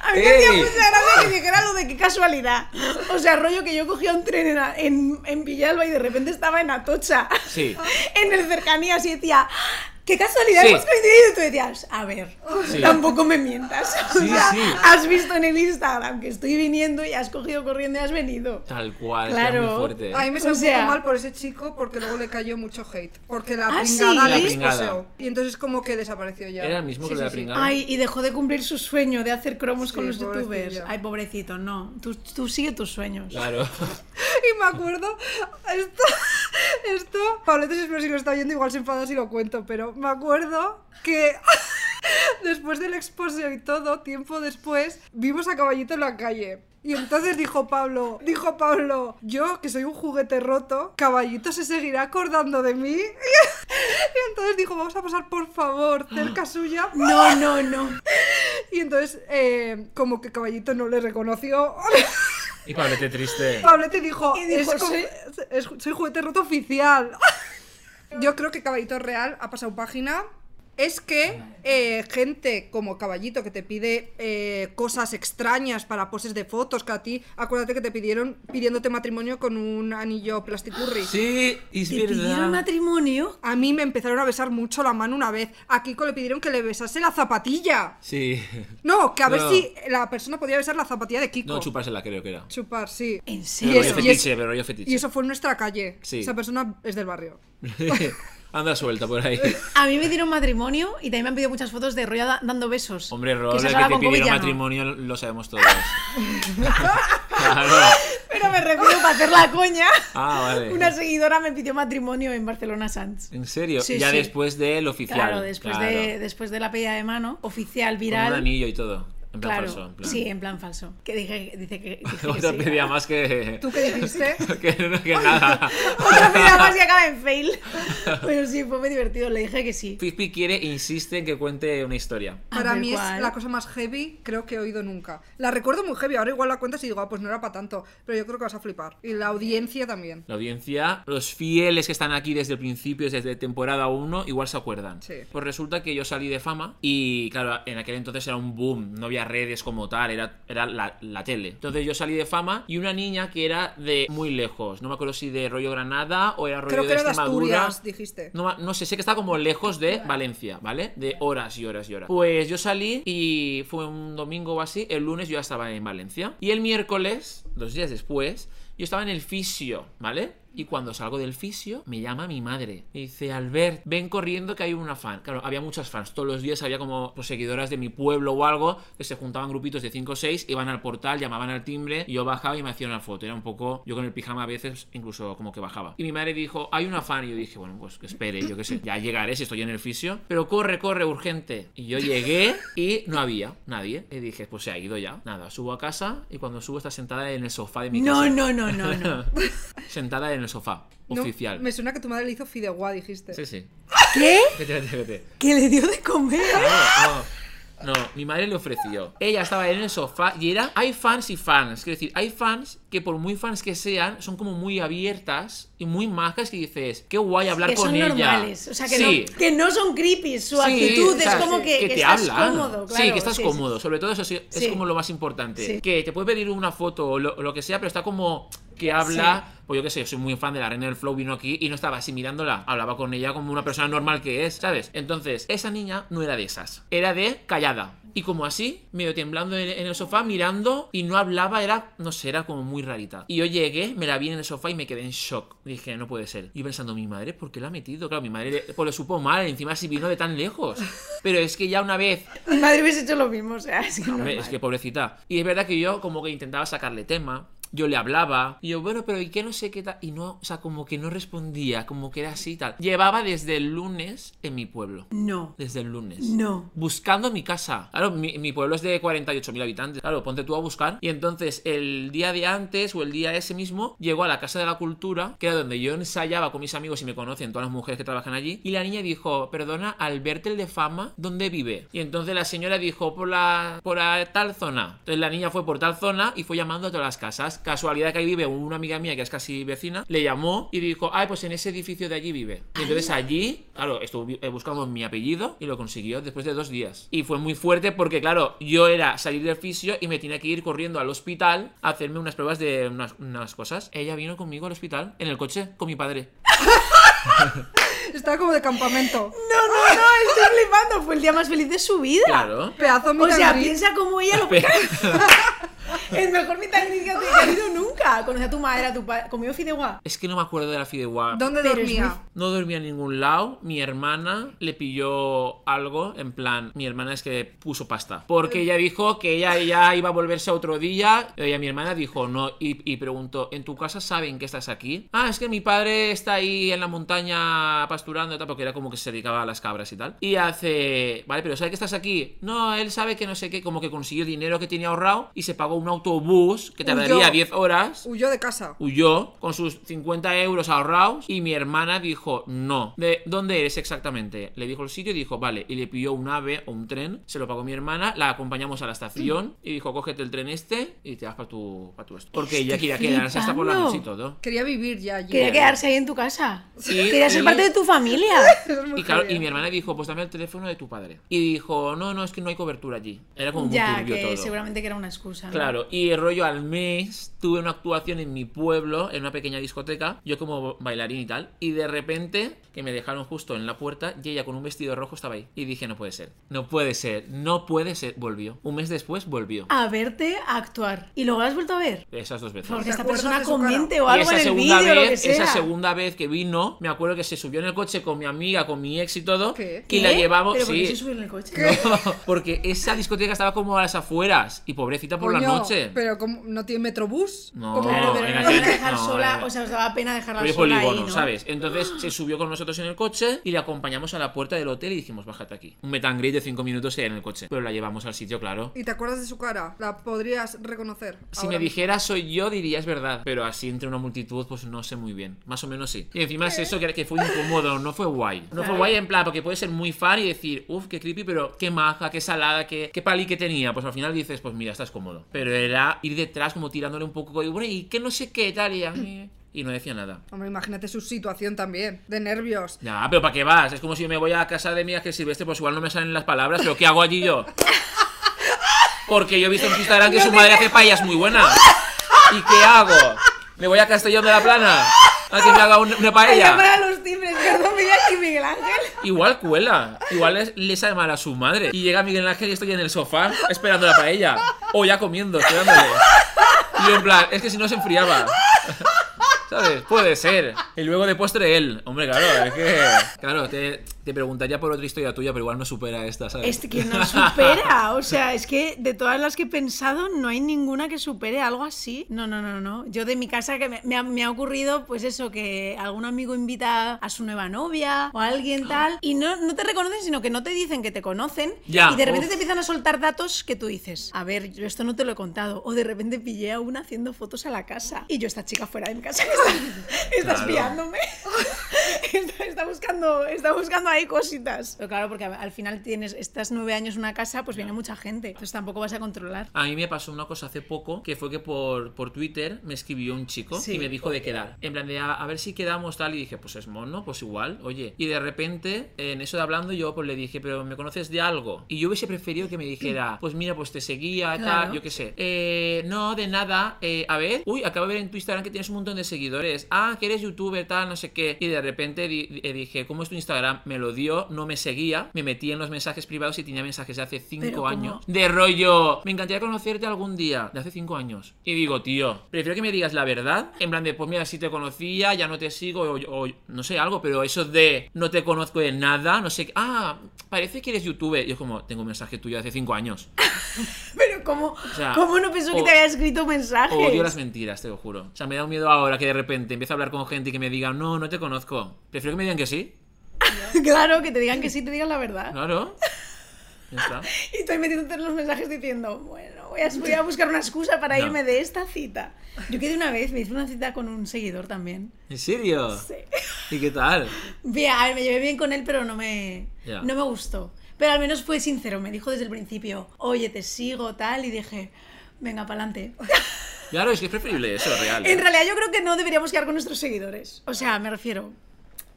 Speaker 4: A mí me hacía
Speaker 6: ¡Ey!
Speaker 4: mucha gracia que dijera lo de qué casualidad. O sea, rollo que yo cogía un tren en, en, en Villalba y de repente estaba en Atocha.
Speaker 6: Sí.
Speaker 4: En el cercanías y decía, qué casualidad
Speaker 6: Sí.
Speaker 4: hemos coincidido. Y tú decías, a ver,
Speaker 6: Sí.
Speaker 4: tampoco me mientas. <laughs> O
Speaker 6: Sí,
Speaker 4: sea,
Speaker 6: sí.
Speaker 4: has visto en el Instagram que estoy viniendo y has cogido corriendo y has venido.
Speaker 6: Tal cual,
Speaker 4: Claro.
Speaker 6: claro. muy fuerte.
Speaker 2: A mí me
Speaker 4: O
Speaker 2: salió un
Speaker 4: sea-
Speaker 2: poco mal por ese chico porque luego le cayó mucho hate. Porque la
Speaker 4: Ah, sí.
Speaker 2: pringada
Speaker 4: La
Speaker 2: le
Speaker 6: pringada.
Speaker 2: esposeó. Y entonces como que desapareció ya.
Speaker 6: Era el mismo que la pringada.
Speaker 4: Ay, y dejó de cumplir su sueño de hacer cromos
Speaker 2: Sí,
Speaker 4: con los youtubers.
Speaker 2: pobrecillo.
Speaker 4: Ay, pobrecito, no. Tú, tú sigue tus sueños.
Speaker 6: Claro. <laughs>
Speaker 2: <laughs> Y me acuerdo, esto, esto, Pabletes, espero si lo está oyendo, igual se enfada si lo cuento, pero me acuerdo que <laughs> después del exposeo y todo, tiempo después, vimos a Caballito en la calle. Y entonces dijo Pablo, dijo Pablo, yo que soy un juguete roto, Caballito se seguirá acordando de mí. <laughs> Y entonces dijo, vamos a pasar por favor cerca suya.
Speaker 4: No, no, no.
Speaker 2: Y entonces, eh, como que Caballito no le reconoció. <laughs>
Speaker 6: Y Pablete triste.
Speaker 2: Pablo te dijo,
Speaker 4: Y dijo,
Speaker 2: "Es como-
Speaker 4: "Sí".
Speaker 2: es- es- soy juguete roto oficial. <laughs> Yo creo que Caballito Real ha pasado página. Es que eh, gente como Caballito que te pide eh, cosas extrañas para poses de fotos, que a ti, acuérdate que te pidieron pidiéndote matrimonio con un anillo plasticurri.
Speaker 6: Sí, es
Speaker 4: ¿Te pidieron
Speaker 6: verdad.
Speaker 4: matrimonio?
Speaker 2: A mí me empezaron a besar mucho la mano una vez. A Kiko le pidieron que le besase la zapatilla.
Speaker 6: Sí.
Speaker 2: No, que a ver
Speaker 6: No.
Speaker 2: si la persona podía besar la zapatilla de Kiko.
Speaker 6: No, chupársela creo que era.
Speaker 2: Chupar, sí.
Speaker 4: ¿En serio?
Speaker 6: Pero rollo
Speaker 2: eso- y
Speaker 6: fetiche,
Speaker 2: eso-
Speaker 6: pero rollo fetiche.
Speaker 2: Y eso fue en nuestra calle.
Speaker 6: Sí.
Speaker 2: Esa persona es del barrio.
Speaker 6: <laughs> Anda suelta por
Speaker 4: <laughs>
Speaker 6: ahí.
Speaker 4: A mí me dieron matrimonio y también me han pedido muchas fotos de Roya da- dando besos.
Speaker 6: Hombre,
Speaker 4: se
Speaker 6: Robert, que,
Speaker 4: acaba
Speaker 6: te
Speaker 4: con Covid
Speaker 6: pidieron
Speaker 4: ya no.
Speaker 6: matrimonio lo sabemos todos. <laughs> claro.
Speaker 4: Pero me refiero para hacer la coña.
Speaker 6: Ah, vale.
Speaker 4: Una seguidora me pidió matrimonio en Barcelona Sanz.
Speaker 6: ¿En serio?
Speaker 4: Sí,
Speaker 6: ya
Speaker 4: sí.
Speaker 6: después del oficial.
Speaker 4: Claro, después, De,
Speaker 6: Claro.
Speaker 4: después de la pedida de mano, oficial,
Speaker 6: Con un
Speaker 4: viral.
Speaker 6: anillo y todo. En plan
Speaker 4: claro,
Speaker 6: falso. En plan. <laughs>
Speaker 4: sí, en plan falso. Que dije, dice que. dije que
Speaker 6: Otra
Speaker 4: sí.
Speaker 6: pedía más que.
Speaker 2: ¿Tú qué
Speaker 4: <laughs>
Speaker 2: dijiste?
Speaker 6: <laughs> que, que nada. <laughs>
Speaker 4: Otra pedida más y acaba en fail. Pero sí, fue muy divertido. Le dije que sí.
Speaker 6: Fizpi quiere, insiste en que cuente una historia.
Speaker 4: A
Speaker 2: Para
Speaker 4: ver
Speaker 2: mí
Speaker 4: cuál.
Speaker 2: es la cosa más heavy creo que he oído nunca. La recuerdo muy heavy, ahora igual la cuentas y digo, ah, pues no era para tanto, pero yo creo que vas a flipar. Y la audiencia también.
Speaker 6: La audiencia, los fieles que están aquí desde el principio, desde temporada 1, igual se acuerdan.
Speaker 2: Sí.
Speaker 6: Pues resulta que yo salí de fama y, claro, en aquel entonces era un boom, no había redes como tal, era, era la, la tele. Entonces yo salí de fama y una niña que era de muy lejos, no me acuerdo si de rollo Granada o era rollo
Speaker 2: Creo que
Speaker 6: de
Speaker 2: era de
Speaker 6: Extremadura.
Speaker 2: Asturias, dijiste.
Speaker 6: No, ma- no sé, sé que está como lejos de Valencia, ¿vale? De horas y horas y horas. Pues yo salí y fue un domingo o así, el lunes yo ya estaba en Valencia. Y el miércoles, dos días después, yo estaba en el fisio, ¿vale? Y cuando salgo del fisio, me llama mi madre. Y dice, Albert, ven corriendo que hay una fan. Claro, había muchas fans. Todos los días había como pues, seguidoras de mi pueblo o algo que se juntaban grupitos de 5 o 6, iban al portal, llamaban al timbre, y yo bajaba y me hacía una foto. Era un poco, yo con el pijama a veces incluso como que bajaba. Y mi madre dijo, hay una fan. Y yo dije, bueno, pues que espere, yo qué sé, ya llegaré si estoy en el fisio. Pero corre, corre, urgente. Y yo llegué y no había nadie. Y dije, pues se ha ido ya. Nada, subo a casa y cuando subo está sentada en el sofá de mi
Speaker 4: No,
Speaker 6: casa.
Speaker 4: no, no,
Speaker 6: <laughs>
Speaker 4: no, no.
Speaker 6: sentada en el sofá,
Speaker 2: No,
Speaker 6: oficial.
Speaker 2: me suena que tu madre le hizo fideuá, dijiste.
Speaker 6: Sí, sí.
Speaker 4: ¿Qué?
Speaker 6: Vete, vete, vete.
Speaker 4: ¿Que le dio de comer?
Speaker 6: No, no. No, mi madre le ofreció. Ella estaba en el sofá y era. Hay fans y fans. Quiero decir, hay fans que, por muy fans que sean, son como muy abiertas y muy majas que dices, qué guay hablar
Speaker 4: que
Speaker 6: con
Speaker 4: son
Speaker 6: ella.
Speaker 4: normales, o sea, que,
Speaker 6: sí.
Speaker 4: no, que no son creepy, su
Speaker 6: Sí,
Speaker 4: actitud
Speaker 6: o sea,
Speaker 4: es como que,
Speaker 6: te
Speaker 4: estás
Speaker 6: hablan.
Speaker 4: cómodo, claro.
Speaker 6: sí, que estás
Speaker 4: sí, sí.
Speaker 6: cómodo. Sobre todo eso sí- es
Speaker 4: Sí.
Speaker 6: como lo más importante.
Speaker 4: Sí.
Speaker 6: Que te puede pedir una foto o lo, o lo que sea, pero está como que habla. Pues yo qué sé, yo soy muy fan de la reina del flow, vino aquí y no estaba así mirándola. Hablaba con ella como una persona normal que es, ¿sabes? Entonces, esa niña no era de esas. Era de callada. Y como así, medio temblando en, en el sofá, mirando y no hablaba, era, no sé, era como muy rarita. Y yo llegué, me la vi en el sofá y me quedé en shock. Dije, no puede ser. Y pensando, mi madre, ¿por qué la ha metido? Claro, mi madre le- pues lo supo mal, encima si vino de tan lejos. Pero es que ya una vez
Speaker 4: Mi madre hubiese hecho lo mismo, o sea, es que
Speaker 6: Hombre,
Speaker 4: normal.
Speaker 6: es que pobrecita. Y es verdad que yo como que intentaba sacarle tema. Yo le hablaba. Y yo, bueno, pero ¿y qué no sé qué tal? Y no, o sea, como que no respondía, como que era así y tal. Llevaba desde el lunes en mi pueblo.
Speaker 4: No,
Speaker 6: Desde el lunes.
Speaker 4: no.
Speaker 6: Buscando mi casa. Claro, mi, mi pueblo es de 48.000 habitantes. Claro, ponte tú a buscar. Y entonces el día de antes o el día ese mismo, llegó a la Casa de la Cultura, que era donde yo ensayaba con mis amigos y me conocen, todas las mujeres que trabajan allí. Y la niña dijo, perdona, Alberto el de fama, ¿dónde vive? Y entonces la señora dijo, por la, por la tal zona. Entonces la niña fue por tal zona y fue llamando a todas las casas. Casualidad que ahí vive una amiga mía que es casi vecina, le llamó y dijo, ay, pues en ese edificio de allí vive. Y entonces allí, claro, estuve eh, buscando mi apellido y lo consiguió después de dos días. Y fue muy fuerte porque, claro, yo era salir del fisio y me tenía que ir corriendo al hospital a hacerme unas pruebas de unas, unas cosas. Ella vino conmigo al hospital en el coche con mi padre.
Speaker 2: Estaba como de campamento.
Speaker 4: No, no, no, estoy flipando. Fue el día más feliz de su vida.
Speaker 6: Claro.
Speaker 2: Pedazo
Speaker 4: O sea,
Speaker 2: mitad gris.
Speaker 4: piensa como
Speaker 6: <laughs>
Speaker 4: ella lo El mejor mitad gris que ha tenido nunca. Conoce a tu madre, a tu padre. Comió fideuá.
Speaker 6: Es que no me acuerdo de la fideuá.
Speaker 2: ¿Dónde
Speaker 4: Pero es
Speaker 2: dormía?
Speaker 6: No dormía en ningún lado. Mi hermana le pilló algo. En plan, mi hermana es que puso pasta. Porque ella dijo que ella ya iba a volverse otro día. Y a mi hermana dijo no. Y, y preguntó: ¿En tu casa saben que estás aquí? Ah, es que mi padre está ahí en la montaña pasturando y tal. Porque era como que se dedicaba a las cabras y tal. Y hace: Vale, pero ¿sabe que estás aquí? No, él sabe que no sé qué. Como que consiguió el dinero que tenía ahorrado y se pagó un autobús que
Speaker 2: Huyó.
Speaker 6: tardaría 10 horas
Speaker 2: Huyó de casa.
Speaker 6: huyó con sus 50 euros ahorrados y mi hermana dijo no. ¿De dónde eres exactamente? Le dijo el sitio y dijo vale. Y le pilló un ave o un tren, se lo pagó mi hermana, la acompañamos a la estación y dijo cógete el tren este y te vas para tu, pa tu esto. Porque ella quería quedarse hasta por la
Speaker 4: flipando.
Speaker 6: noche y todo.
Speaker 2: Quería vivir ya allí.
Speaker 4: Quería quedarse ahí en tu casa.
Speaker 6: Sí,
Speaker 4: Quería ser
Speaker 6: y-
Speaker 4: parte de tu familia.
Speaker 2: <laughs> Eso es muy
Speaker 6: Y claro,
Speaker 2: heavy.
Speaker 6: y mi hermana dijo, pues dame el teléfono de tu padre. Y dijo, no, no, es que no hay cobertura allí. Era <laughs> como muy
Speaker 4: Ya,
Speaker 6: turbio
Speaker 4: que
Speaker 6: todo.
Speaker 4: seguramente que era una excusa. ¿no?
Speaker 6: Claro, y rollo al mes tuve una actuación en mi pueblo, en una pequeña discoteca, yo como bailarín y tal, y de repente que me dejaron justo en la puerta y ella con un vestido rojo estaba ahí. Y dije, no puede ser, no puede ser, no puede ser. Volvió. Un mes después volvió.
Speaker 4: A verte a actuar. Y luego la has vuelto a ver.
Speaker 6: Esas dos veces.
Speaker 4: Porque
Speaker 2: ¿Te
Speaker 4: esta
Speaker 2: acuerdas
Speaker 4: persona
Speaker 2: de su cara?
Speaker 4: comente o
Speaker 6: y
Speaker 4: algo
Speaker 6: esa
Speaker 4: en el
Speaker 6: segunda
Speaker 4: vídeo, lo que
Speaker 6: vez,
Speaker 4: sea.
Speaker 6: esa segunda vez que vino, me acuerdo que se subió en el coche con mi amiga, con mi ex y todo,
Speaker 2: ¿Qué?
Speaker 6: y la
Speaker 4: ¿Eh?
Speaker 6: llevamos,
Speaker 4: ¿Pero por qué
Speaker 6: sí.
Speaker 4: se sube en el coche?
Speaker 6: No, <laughs> porque esa discoteca estaba como a las afueras y pobrecita por la
Speaker 2: Coño,
Speaker 6: noche.
Speaker 2: Pero como- no tiene metrobús.
Speaker 6: No.
Speaker 2: Como-
Speaker 4: Claro, pero
Speaker 6: era
Speaker 4: no la iban a
Speaker 6: así.
Speaker 4: dejar
Speaker 6: No,
Speaker 4: sola,
Speaker 6: era-
Speaker 4: o sea, os daba pena dejarla
Speaker 6: Rollo
Speaker 4: sola
Speaker 6: polígono,
Speaker 4: ahí, ¿no?
Speaker 6: ¿sabes? Entonces se subió con nosotros en el coche y le acompañamos a la puerta del hotel y dijimos, bájate aquí. Un metangrid de 5 minutos en el coche. Pero la llevamos al sitio, claro.
Speaker 2: ¿Y te acuerdas de su cara? La podrías reconocer.
Speaker 6: Si
Speaker 2: ahora
Speaker 6: me dijera soy yo, diría es verdad. Pero así entre una multitud, pues no sé muy bien. Más o menos sí. Y encima es eso que, que fue incómodo, no fue guay. No fue guay en plan, porque puedes ser muy fan y decir, uff, qué creepy, pero qué maja, qué salada, qué, qué pali que tenía. Pues al final dices, pues mira, estás cómodo. Pero era ir detrás como tirándole un poco, y bueno, y que no sé qué tal, y, ya, eh. y no decía nada.
Speaker 2: mismo. Hombre, imagínate su situación también. De nervios.
Speaker 6: Ya, pero ¿para qué vas? Es como si yo me voy a casa de amigas que Silvestre, pues igual no me salen las palabras, pero ¿qué hago allí yo? Porque yo he visto en Instagram que su madre hace payas muy buenas. ¿Y qué hago? ¿Me voy a Castellón de la Plana? ¿A que me haga un- una
Speaker 4: Allá
Speaker 6: paella?
Speaker 4: para los timbres, Carlos Miguel y Miguel Ángel.
Speaker 6: Igual cuela, igual es- le sale mal a su madre. Y llega Miguel Ángel y estoy en el sofá esperando la paella. O ya comiendo, esperándole. Y yo en plan, es que si no se enfriaba. ¿Sabes? Puede ser. Y luego de postre él. Hombre, claro, es que. Claro, te, te preguntaría por otra historia tuya, pero igual no supera esta, ¿sabes?
Speaker 4: Este que no supera, o sea, es que de todas las que he pensado no hay ninguna que supere algo así. No, no, no, no. Yo de mi casa que me, me ha, me ha ocurrido pues eso, que algún amigo invita a su nueva novia o a
Speaker 6: Ah.
Speaker 4: alguien tal y no, no te reconocen, sino que no te dicen que te conocen
Speaker 6: Ya,
Speaker 4: y de repente
Speaker 6: uf.
Speaker 4: te empiezan a soltar datos que tú dices, a ver, yo esto no te lo he contado o de repente pillé a una haciendo fotos a la casa y yo esta chica fuera de mi casa <laughs> me está, está
Speaker 6: Claro.
Speaker 4: espiándome. <laughs> Está, está buscando, está buscando ahí cositas. Pero claro, porque al final tienes, estás nueve años en una casa, pues viene mucha gente. Entonces tampoco vas a controlar. <laughs>
Speaker 6: A mí me pasó una cosa hace poco, que fue que por, por Twitter me escribió un chico
Speaker 2: Sí.
Speaker 6: y me dijo de quedar. En plan de, a, a ver si quedamos tal, y dije, pues es mono, pues igual, oye. Y de repente, en eso de hablando, yo pues le dije, pero ¿me conoces de algo? Y yo hubiese preferido que me dijera, pues mira, pues te seguía,
Speaker 4: Claro.
Speaker 6: tal, yo qué sé. Eh, no, de nada, eh, a ver, uy, acabo de ver en tu Instagram que tienes un montón de seguidores. Ah, que eres youtuber, tal, no sé qué. Y de repente di- eh, dije, ¿cómo es tu Instagram? Me lo dio, no me seguía, me metí en los mensajes privados y tenía mensajes de hace
Speaker 4: Pero, ¿cómo?
Speaker 6: cinco años. De rollo, me encantaría conocerte algún día, de hace cinco años. Y digo, tío, prefiero que me digas la verdad. En plan de, pues mira, si te conocía, ya no te sigo, o, o no sé, algo, pero eso de no te conozco de nada, no sé. qué- Ah, parece que eres youtuber. Y es como, tengo un mensaje tuyo de hace cinco años.
Speaker 4: Pero ¿cómo,
Speaker 6: sea,
Speaker 4: ¿cómo no pensó que
Speaker 6: o-
Speaker 4: te había escrito mensajes?
Speaker 6: Odio las mentiras, te lo juro. O sea, me da un miedo ahora que de repente empiezo a hablar con gente y que me digan, no, no te conozco. Prefiero que me digan que sí.
Speaker 4: <laughs> claro, que te digan que sí, te digan la verdad.
Speaker 6: Claro. Ya está.
Speaker 4: Y estoy metiéndote en los mensajes diciendo, bueno, voy a, voy a buscar una excusa para
Speaker 6: No.
Speaker 4: irme de esta cita. Yo quedé una vez, me hice una cita con un seguidor también.
Speaker 6: ¿En serio?
Speaker 4: Sí.
Speaker 6: ¿Y qué tal?
Speaker 4: Bien, a ver, me llevé bien con él, pero no me,
Speaker 6: Ya.
Speaker 4: no me gustó. Pero al menos fue sincero, me dijo desde el principio, oye, te sigo, tal, y dije, venga, pa'lante.
Speaker 6: Claro, es que es preferible eso, real. ¿eh?
Speaker 4: en realidad yo creo que no deberíamos quedar con nuestros seguidores. O sea, me refiero,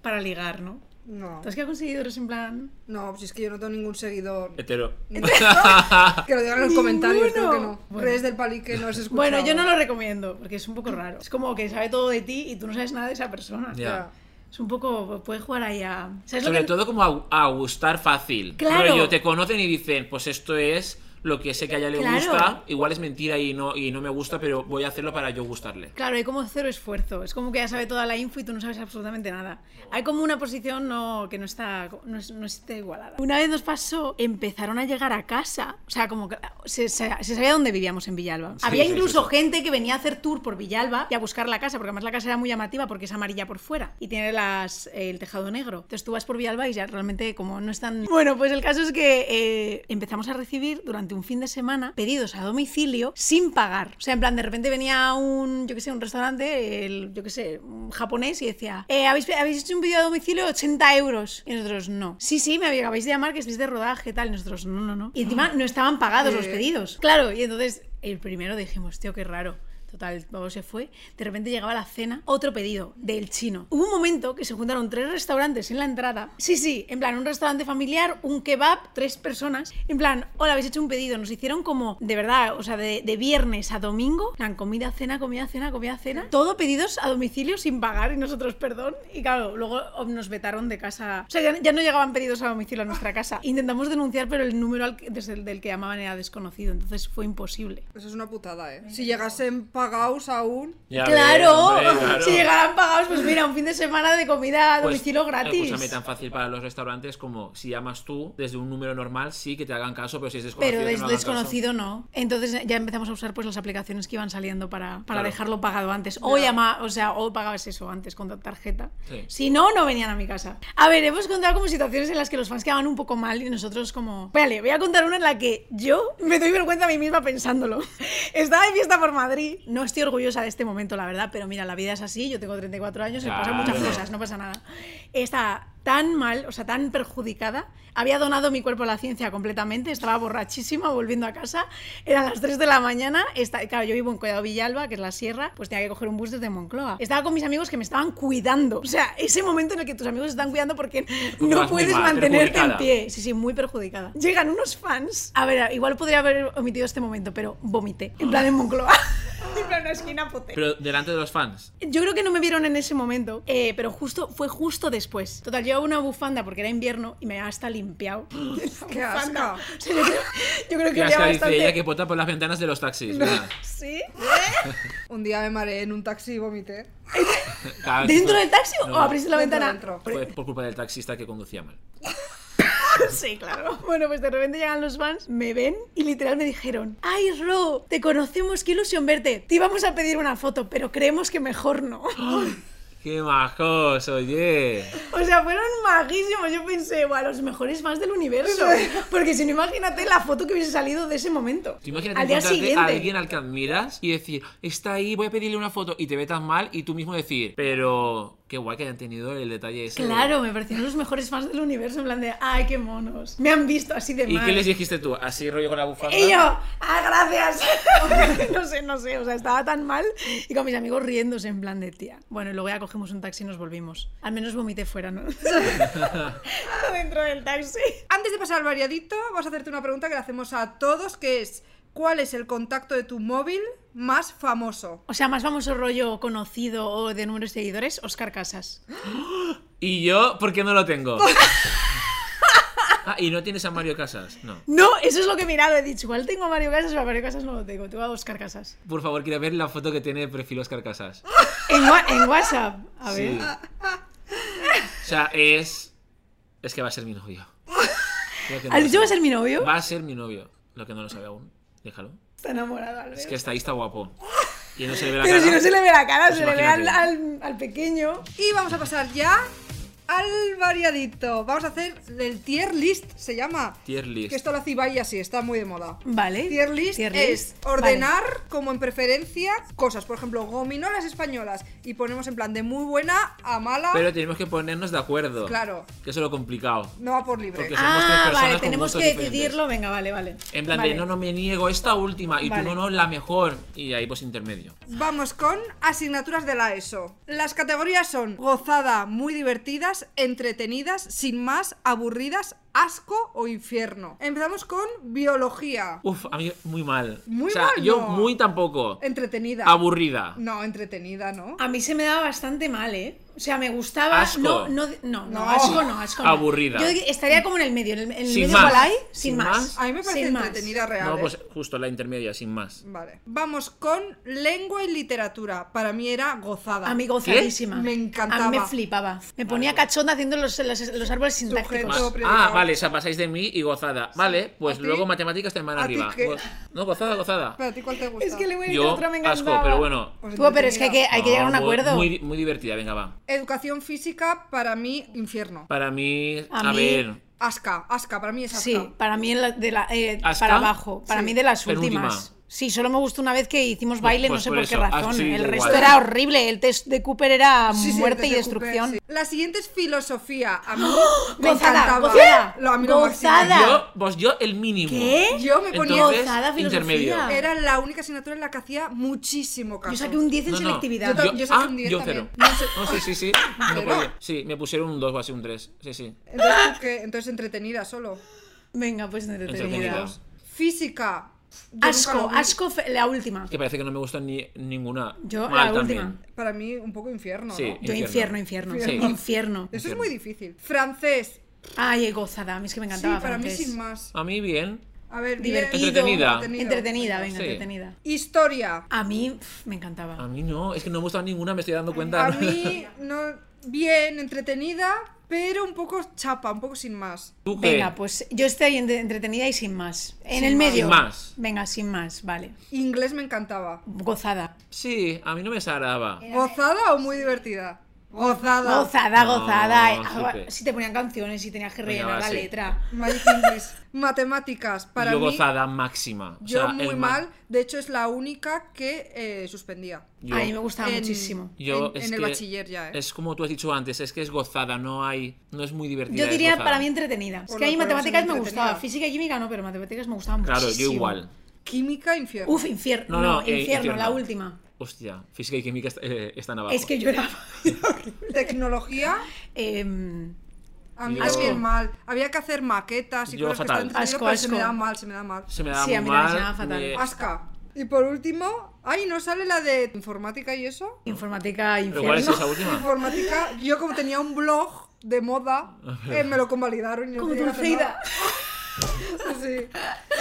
Speaker 4: para ligar, ¿no?
Speaker 2: No.
Speaker 4: ¿Tú has quedado con seguidores en plan...?
Speaker 2: No, pues es que yo no tengo ningún seguidor.
Speaker 6: Hetero.
Speaker 2: <laughs> Que lo digan en los comentarios, creo que no.
Speaker 4: Ninguno. Bueno.
Speaker 2: Redes del palí que no has escuchado.
Speaker 4: Bueno, yo no lo recomiendo, porque es un poco raro. Es como que sabe todo de ti y tú no sabes nada de esa persona.
Speaker 6: Ya.
Speaker 4: Es un poco, puedes jugar ahí a... ¿Sabes lo
Speaker 6: Sobre
Speaker 4: que-
Speaker 6: todo como a, a gustar fácil.
Speaker 4: Claro.
Speaker 6: Rollo, te conocen y dicen, pues esto es lo que sé que a ella le
Speaker 4: Claro.
Speaker 6: gusta. Igual es mentira y no, y no me gusta, pero voy a hacerlo para yo gustarle.
Speaker 4: Claro, hay como cero esfuerzo. Es como que ya sabe toda la info y tú no sabes absolutamente nada. Hay como una posición no, que no está, no, es- no está igualada. Una vez nos pasó, empezaron a llegar a casa. O sea, como que se, se- se sabía dónde vivíamos en Villalba.
Speaker 6: Sí,
Speaker 4: Había
Speaker 6: sí,
Speaker 4: incluso
Speaker 6: sí,
Speaker 4: gente que venía a hacer tour por Villalba y a buscar la casa, porque además la casa era muy llamativa porque es amarilla por fuera y tiene las, eh, el tejado negro. Entonces tú vas por Villalba y ya realmente como no están... <laughs> Bueno, pues el caso es que eh, empezamos a recibir durante un fin de semana pedidos a domicilio sin pagar. O sea, en plan, de repente venía un, yo qué sé, un restaurante, el, yo qué sé, un japonés y decía, eh, ¿habéis, habéis hecho un pedido a domicilio de 80 euros? Y nosotros, no. Sí, sí, me acabáis de llamar que estáis de rodaje, tal. Y nosotros, no, no, no. Y encima no estaban pagados los
Speaker 2: Eh.
Speaker 4: pedidos pedidos. Claro, y entonces el primero dijimos, tío, qué raro. Total, todo se fue. De repente llegaba la cena, otro pedido del chino. Hubo un momento que se juntaron tres restaurantes en la entrada. Sí, sí, en plan, un restaurante familiar, un kebab, tres personas. En plan, hola, habéis hecho un pedido. Nos hicieron como, de verdad, o sea, de, de viernes a domingo, en plan, comida, cena, comida, cena, comida, cena. Todo pedidos a domicilio sin pagar y nosotros, perdón. Y claro, luego nos vetaron de casa. O sea, ya, ya no llegaban pedidos a domicilio a nuestra casa. Intentamos denunciar, pero el número al que- desde el del que llamaban era desconocido, entonces fue imposible.
Speaker 2: Eso es una putada, ¿eh? Si llegasen pagados aún...
Speaker 4: <laughs>
Speaker 6: Ya
Speaker 4: claro,
Speaker 6: ves, hombre, claro.
Speaker 4: <laughs> si llegaran pagados, pues mira, un fin de semana de comida a
Speaker 6: Pues,
Speaker 4: domicilio gratis.
Speaker 6: Escúchame, tan fácil para los restaurantes como si llamas tú desde un número normal, sí que te hagan caso, pero si es desconocido.
Speaker 4: Pero
Speaker 6: que no
Speaker 4: des-
Speaker 6: hagan caso.
Speaker 4: desconocido no. Entonces ya empezamos a usar pues las aplicaciones que iban saliendo para, para
Speaker 6: Claro.
Speaker 4: dejarlo pagado antes. O llama, o sea, o pagabas eso antes con tu tarjeta.
Speaker 6: Sí.
Speaker 4: Si no, no venían a mi casa. A ver, hemos contado como situaciones en las que los fans quedaban un poco mal y nosotros como... Vale, voy a contar una en la que yo me doy vergüenza a mí misma pensándolo. <laughs> Estaba de fiesta por Madrid. No estoy orgullosa de este momento, la verdad, pero mira, la vida es así. Yo tengo 34 años, me pasan muchas
Speaker 6: Claro.
Speaker 4: cosas, no pasa nada. Estaba tan mal, o sea, tan perjudicada. Había donado mi cuerpo a la ciencia completamente, estaba borrachísima volviendo a casa. Eran las 3 de la mañana. esta- claro, yo vivo en Collado Villalba, que es la sierra, pues tenía que coger un bus desde Moncloa. Estaba con mis amigos que me estaban cuidando. O sea, ese momento en el que tus amigos te están cuidando porque
Speaker 6: Porque
Speaker 4: no
Speaker 6: vas muy
Speaker 4: puedes
Speaker 6: mal,
Speaker 4: mantenerte en
Speaker 6: perjudicada.
Speaker 4: pie. Sí, sí, muy perjudicada. Llegan unos fans. A ver, igual podría haber omitido este momento, pero vomité. En plan en Moncloa. en plan una esquina potente.
Speaker 6: Pero delante de los fans.
Speaker 4: Yo creo que no me vieron en ese momento, eh, pero justo fue justo después. Total, llevaba una bufanda porque era invierno y me había hasta limpiado. <laughs>
Speaker 2: ¡Qué
Speaker 4: Bufanda.
Speaker 2: asco!
Speaker 4: O sea, yo, creo, yo creo que
Speaker 6: Ya
Speaker 4: olía
Speaker 6: está, dice
Speaker 4: bastante.
Speaker 6: ella que vota por las ventanas de los taxis. venga.
Speaker 4: ¿Sí?
Speaker 2: Un día me mareé en un taxi y vomité.
Speaker 6: Claro,
Speaker 4: ¿Dentro
Speaker 6: esto-
Speaker 4: del taxi o
Speaker 6: No,
Speaker 4: abriste la
Speaker 2: Dentro,
Speaker 4: ventana?
Speaker 2: dentro.
Speaker 4: <laughs>
Speaker 6: Fue por culpa del taxista que conducía mal.
Speaker 4: Sí, claro. Bueno, pues de repente llegan los fans, me ven y literal me dijeron: ¡Ay, Ro! Te conocemos, qué ilusión verte. Te íbamos a pedir una foto, pero creemos que mejor no. <laughs>
Speaker 6: ¡Qué majos, oye!
Speaker 4: O sea, fueron majísimos. Yo pensé, bueno, los mejores fans del universo. Porque si no, imagínate la foto que hubiese salido de ese momento.
Speaker 6: Tú imagínate
Speaker 4: al día
Speaker 6: encontrarte
Speaker 4: siguiente.
Speaker 6: a alguien al que admiras y decir, está ahí, voy a pedirle una foto y te ve tan mal y tú mismo decir, pero qué guay que hayan tenido el detalle ese.
Speaker 4: Claro, me parecieron los mejores fans del universo. En plan de, ay, qué monos. Me han visto así de
Speaker 6: ¿Y
Speaker 4: mal.
Speaker 6: qué les dijiste tú? ¿Así rollo con la bufanda?
Speaker 4: Y yo, ah, gracias. <laughs> no sé, no sé, o sea, estaba tan mal. Y con mis amigos riéndose en plan de tía. Bueno, y luego ya cogimos un taxi y nos volvimos. Al menos vomité fuera, ¿no? <laughs> Dentro del taxi.
Speaker 2: Antes de pasar al variadito, vamos a hacerte una pregunta que le hacemos a todos, que es ¿cuál es el contacto de tu móvil más famoso?
Speaker 4: O sea, más famoso rollo conocido o de números de seguidores, Oscar Casas.
Speaker 6: ¿Y yo por qué no lo
Speaker 4: <laughs>
Speaker 6: tengo? <laughs> ah, ¿y no tienes a Mario Casas? No.
Speaker 4: No, eso es lo que he mirado. He dicho, igual tengo a Mario Casas, pero a Mario Casas no lo tengo. Tengo a Oscar Casas.
Speaker 6: Por favor, quiero ver la foto que tiene de perfil Oscar Casas.
Speaker 4: En, wa- en WhatsApp. A ver.
Speaker 6: Sí. O sea, es... Es que va a ser mi
Speaker 4: <laughs>
Speaker 6: novio. Creo que no
Speaker 4: ¿Al
Speaker 6: lo
Speaker 4: yo va a
Speaker 6: sabe.
Speaker 4: ser mi novio?
Speaker 6: Va a ser mi novio. Lo que no lo sabe aún. Déjalo.
Speaker 4: Está enamorado, Albert.
Speaker 6: Es que hasta ahí está guapo. Y no se le ve la
Speaker 4: Pero
Speaker 6: cara.
Speaker 4: si no se le ve la cara,
Speaker 6: Pues
Speaker 4: se le ve al,
Speaker 6: imagínate.
Speaker 4: al- al pequeño.
Speaker 2: Y vamos a pasar ya al variadito. Vamos a hacer el tier list, se llama.
Speaker 6: Tier list.
Speaker 2: Que esto lo hace Ibai así, está muy de moda.
Speaker 4: Vale.
Speaker 2: Tier list,
Speaker 4: Tier
Speaker 2: es
Speaker 4: list.
Speaker 2: ordenar como en preferencia cosas. Por ejemplo, gominolas españolas. Y ponemos en plan de muy buena a mala.
Speaker 6: Pero tenemos que ponernos de acuerdo.
Speaker 2: Claro.
Speaker 6: Que eso es lo complicado.
Speaker 2: No va por libre.
Speaker 6: Porque- somos tres
Speaker 4: Ah,
Speaker 6: personas
Speaker 4: vale,
Speaker 6: con
Speaker 4: tenemos
Speaker 6: gustos
Speaker 4: que
Speaker 6: diferentes.
Speaker 4: decidirlo. Venga, vale, vale.
Speaker 6: En plan
Speaker 4: Vale.
Speaker 6: de, no, no, me niego esta última y
Speaker 4: Vale.
Speaker 6: tú no, no, la mejor. Y ahí pues intermedio.
Speaker 2: Vamos con asignaturas de la ESO. Las categorías son gozada, muy divertidas, entretenidas, sin más, aburridas, asco o infierno. Empezamos con biología.
Speaker 6: Uf, a mí muy mal.
Speaker 2: Muy
Speaker 6: o sea,
Speaker 2: mal,
Speaker 6: yo
Speaker 2: no.
Speaker 6: muy tampoco.
Speaker 2: Entretenida.
Speaker 6: Aburrida.
Speaker 2: no, entretenida, ¿no?
Speaker 4: A mí se me daba bastante mal, ¿eh? O sea, me gustaba.
Speaker 6: Asco.
Speaker 4: No, no, no, no,
Speaker 2: No.
Speaker 4: asco no, asco no.
Speaker 6: Aburrida.
Speaker 4: Yo estaría como en el medio, en el, en el
Speaker 6: Sin
Speaker 4: medio
Speaker 6: más.
Speaker 4: igual hay, sin,
Speaker 6: Sin
Speaker 4: más.
Speaker 6: más.
Speaker 2: A mí me parece
Speaker 4: Sin más.
Speaker 2: entretenida real.
Speaker 6: No,
Speaker 2: ¿eh?
Speaker 6: pues justo la intermedia, sin más.
Speaker 2: Vale. Vamos con lengua y literatura. Para mí era gozada.
Speaker 4: A mí gozadísima.
Speaker 2: Me encantaba.
Speaker 4: A mí me flipaba. Me ponía cachonda haciendo los, los, los árboles sintácticos.
Speaker 6: Más.
Speaker 2: Todo predicado.
Speaker 6: Ah, vale, o sea, pasáis de mí y gozada. Vale, pues
Speaker 2: ¿A ti?
Speaker 6: luego matemáticas te van
Speaker 2: ¿A ti
Speaker 6: arriba.
Speaker 2: qué?
Speaker 6: Go- No, gozada, gozada.
Speaker 2: ¿Pero a ti cuál te gusta?
Speaker 4: Es que le voy a
Speaker 6: Yo,
Speaker 4: otra me encantaba.
Speaker 6: asco, pero bueno.
Speaker 2: Pues
Speaker 4: Tú, pero es que hay que,
Speaker 2: entretenida.
Speaker 4: hay que llegar a un
Speaker 6: No, muy-
Speaker 4: acuerdo.
Speaker 6: Ah, Muy, muy divertida, venga, va.
Speaker 2: Educación física, para mí, infierno.
Speaker 6: Para mí,
Speaker 4: A
Speaker 6: a,
Speaker 4: mí-
Speaker 6: ver.
Speaker 2: Asca, asca, para mí es asca.
Speaker 4: Sí, para mí en la- de la, eh,
Speaker 6: ¿Hasta?
Speaker 4: para abajo, para
Speaker 2: Sí.
Speaker 4: mí de las
Speaker 6: Penúltima.
Speaker 4: últimas. Sí, solo me gustó una vez que hicimos baile,
Speaker 6: pues
Speaker 4: no sé
Speaker 6: por
Speaker 4: por qué
Speaker 6: eso,
Speaker 4: razón.
Speaker 6: así,
Speaker 4: el
Speaker 6: igual.
Speaker 4: resto era horrible, el test de Cooper era
Speaker 2: Sí, sí,
Speaker 4: muerte y
Speaker 2: desde Cooper,
Speaker 4: destrucción.
Speaker 2: sí. La siguiente es filosofía. A
Speaker 4: <gasps>
Speaker 2: mí me
Speaker 4: Gozada,
Speaker 2: encantaba.
Speaker 4: gozada,
Speaker 2: Lo- a mí lo
Speaker 4: gozada. ¿eh?
Speaker 2: máximo.
Speaker 4: Nada.
Speaker 6: Yo, pues yo el mínimo.
Speaker 4: ¿Qué?
Speaker 2: Yo me ponía.
Speaker 6: Entonces,
Speaker 4: Gozada, filosofía.
Speaker 6: intermedio.
Speaker 2: Era la única asignatura en la que hacía muchísimo caso.
Speaker 4: Yo saqué un 10 en
Speaker 6: No, no,
Speaker 4: selectividad.
Speaker 2: Yo
Speaker 6: Yo,
Speaker 2: tam- yo saqué
Speaker 6: ah,
Speaker 2: un 10
Speaker 6: yo
Speaker 2: también.
Speaker 6: cero.
Speaker 2: No sé-
Speaker 6: No, sí, sí,
Speaker 4: <laughs>
Speaker 6: sí. No podía. Sí, me pusieron un 2 o así, un 3. Sí, sí.
Speaker 2: Entonces, ¿tú qué? Entonces, entretenida solo.
Speaker 4: Venga, pues
Speaker 6: Entretenido.
Speaker 4: entretenida.
Speaker 2: Física. yo nunca lo
Speaker 4: Asco,
Speaker 2: vi.
Speaker 4: asco, fe- la última.
Speaker 6: Que parece que no me gusta ni ninguna.
Speaker 4: Yo,
Speaker 6: Mal
Speaker 4: la
Speaker 6: también.
Speaker 4: última.
Speaker 2: Para mí, un poco infierno.
Speaker 6: Sí.
Speaker 2: ¿no?
Speaker 4: Yo infierno, infierno,
Speaker 6: Infierno. Sí.
Speaker 4: infierno.
Speaker 2: Eso es
Speaker 6: Infierno.
Speaker 2: muy difícil. Francés.
Speaker 4: Ay, gozada, a mí es que me
Speaker 2: Sí,
Speaker 4: encantaba.
Speaker 2: para mí
Speaker 4: francés.
Speaker 2: sin más.
Speaker 6: A mí bien.
Speaker 2: A ver, bien,
Speaker 4: Divertido.
Speaker 6: Entretenida.
Speaker 2: entretenido.
Speaker 4: Entretenida, venga,
Speaker 6: Sí.
Speaker 4: entretenida.
Speaker 2: Historia.
Speaker 4: A mí pf, me encantaba.
Speaker 6: A mí no, es que no me gusta ninguna, me estoy dando cuenta.
Speaker 2: A mí, no, bien, entretenida, pero un poco chapa, un poco sin más.
Speaker 6: <laughs> ¿Tú qué?
Speaker 4: Venga, pues yo estoy entre- entretenida y sin más. En el
Speaker 2: más.
Speaker 4: medio.
Speaker 6: Sin más.
Speaker 4: Venga, sin más, vale.
Speaker 2: Inglés me encantaba.
Speaker 4: Gozada.
Speaker 6: Sí, a mí no me saraba.
Speaker 4: Eh,
Speaker 2: ¿Gozada o muy divertida? Gozada.
Speaker 4: Gozada,
Speaker 6: Ah. No,
Speaker 4: gozada.
Speaker 6: sí
Speaker 4: Ah,
Speaker 6: que-
Speaker 4: Si te ponían canciones y tenías que
Speaker 6: Venga,
Speaker 4: rellenar
Speaker 6: va,
Speaker 4: la
Speaker 6: sí.
Speaker 4: letra.
Speaker 2: Magic English. Matemáticas, para
Speaker 6: yo
Speaker 2: mí,
Speaker 6: gozada máxima. O
Speaker 2: yo
Speaker 6: sea,
Speaker 2: muy
Speaker 6: el ma-
Speaker 2: mal. De hecho, es la única que eh, suspendía.
Speaker 6: Yo-
Speaker 4: A mí me gustaba
Speaker 2: En-
Speaker 4: muchísimo.
Speaker 6: Yo
Speaker 2: en-
Speaker 6: es
Speaker 2: en el
Speaker 6: que
Speaker 2: bachiller ya, ¿eh?
Speaker 6: Es como tú has dicho antes, es que es gozada, no hay, no es muy divertida.
Speaker 4: Yo
Speaker 6: es
Speaker 4: diría
Speaker 6: gozada.
Speaker 4: para mí entretenida. Es
Speaker 2: Por
Speaker 4: que a
Speaker 2: lo-
Speaker 4: mí
Speaker 2: por lo
Speaker 4: matemáticas me
Speaker 2: menos
Speaker 4: gustaba.
Speaker 2: entretenida.
Speaker 4: Física y química no, pero matemáticas me gustaban
Speaker 6: Claro,
Speaker 4: muchísimo.
Speaker 6: yo igual.
Speaker 2: Química, infierno.
Speaker 4: Uf, infierno.
Speaker 6: No,
Speaker 4: No,
Speaker 6: no, eh,
Speaker 4: infierno, la
Speaker 6: infierno.
Speaker 4: última.
Speaker 6: Hostia, física y química est- eh, están abajo.
Speaker 4: Es que lloraba. <laughs>
Speaker 2: Tecnología,
Speaker 4: Em,
Speaker 2: a mí
Speaker 6: Yo-
Speaker 2: bien mal. Había que hacer maquetas y
Speaker 6: Yo
Speaker 2: cosas
Speaker 6: fatal.
Speaker 2: que están
Speaker 4: Asco,
Speaker 2: pero se me
Speaker 4: asco.
Speaker 2: da mal, se me da mal.
Speaker 6: se me da
Speaker 4: Sí, a
Speaker 6: muy
Speaker 4: mí no me
Speaker 6: mal.
Speaker 4: sonaba fatal.
Speaker 6: me-
Speaker 2: Asca. Y por último, ay, ¿no sale la de informática y eso?
Speaker 4: informática,
Speaker 6: ¿Pero cuál es
Speaker 4: infierno.
Speaker 6: esa última?
Speaker 2: Informática, yo como tenía un blog de moda, eh, me lo convalidaron. y no
Speaker 4: <laughs> Como
Speaker 2: tenía que hacer
Speaker 4: Dulceida.
Speaker 2: nada. Sí.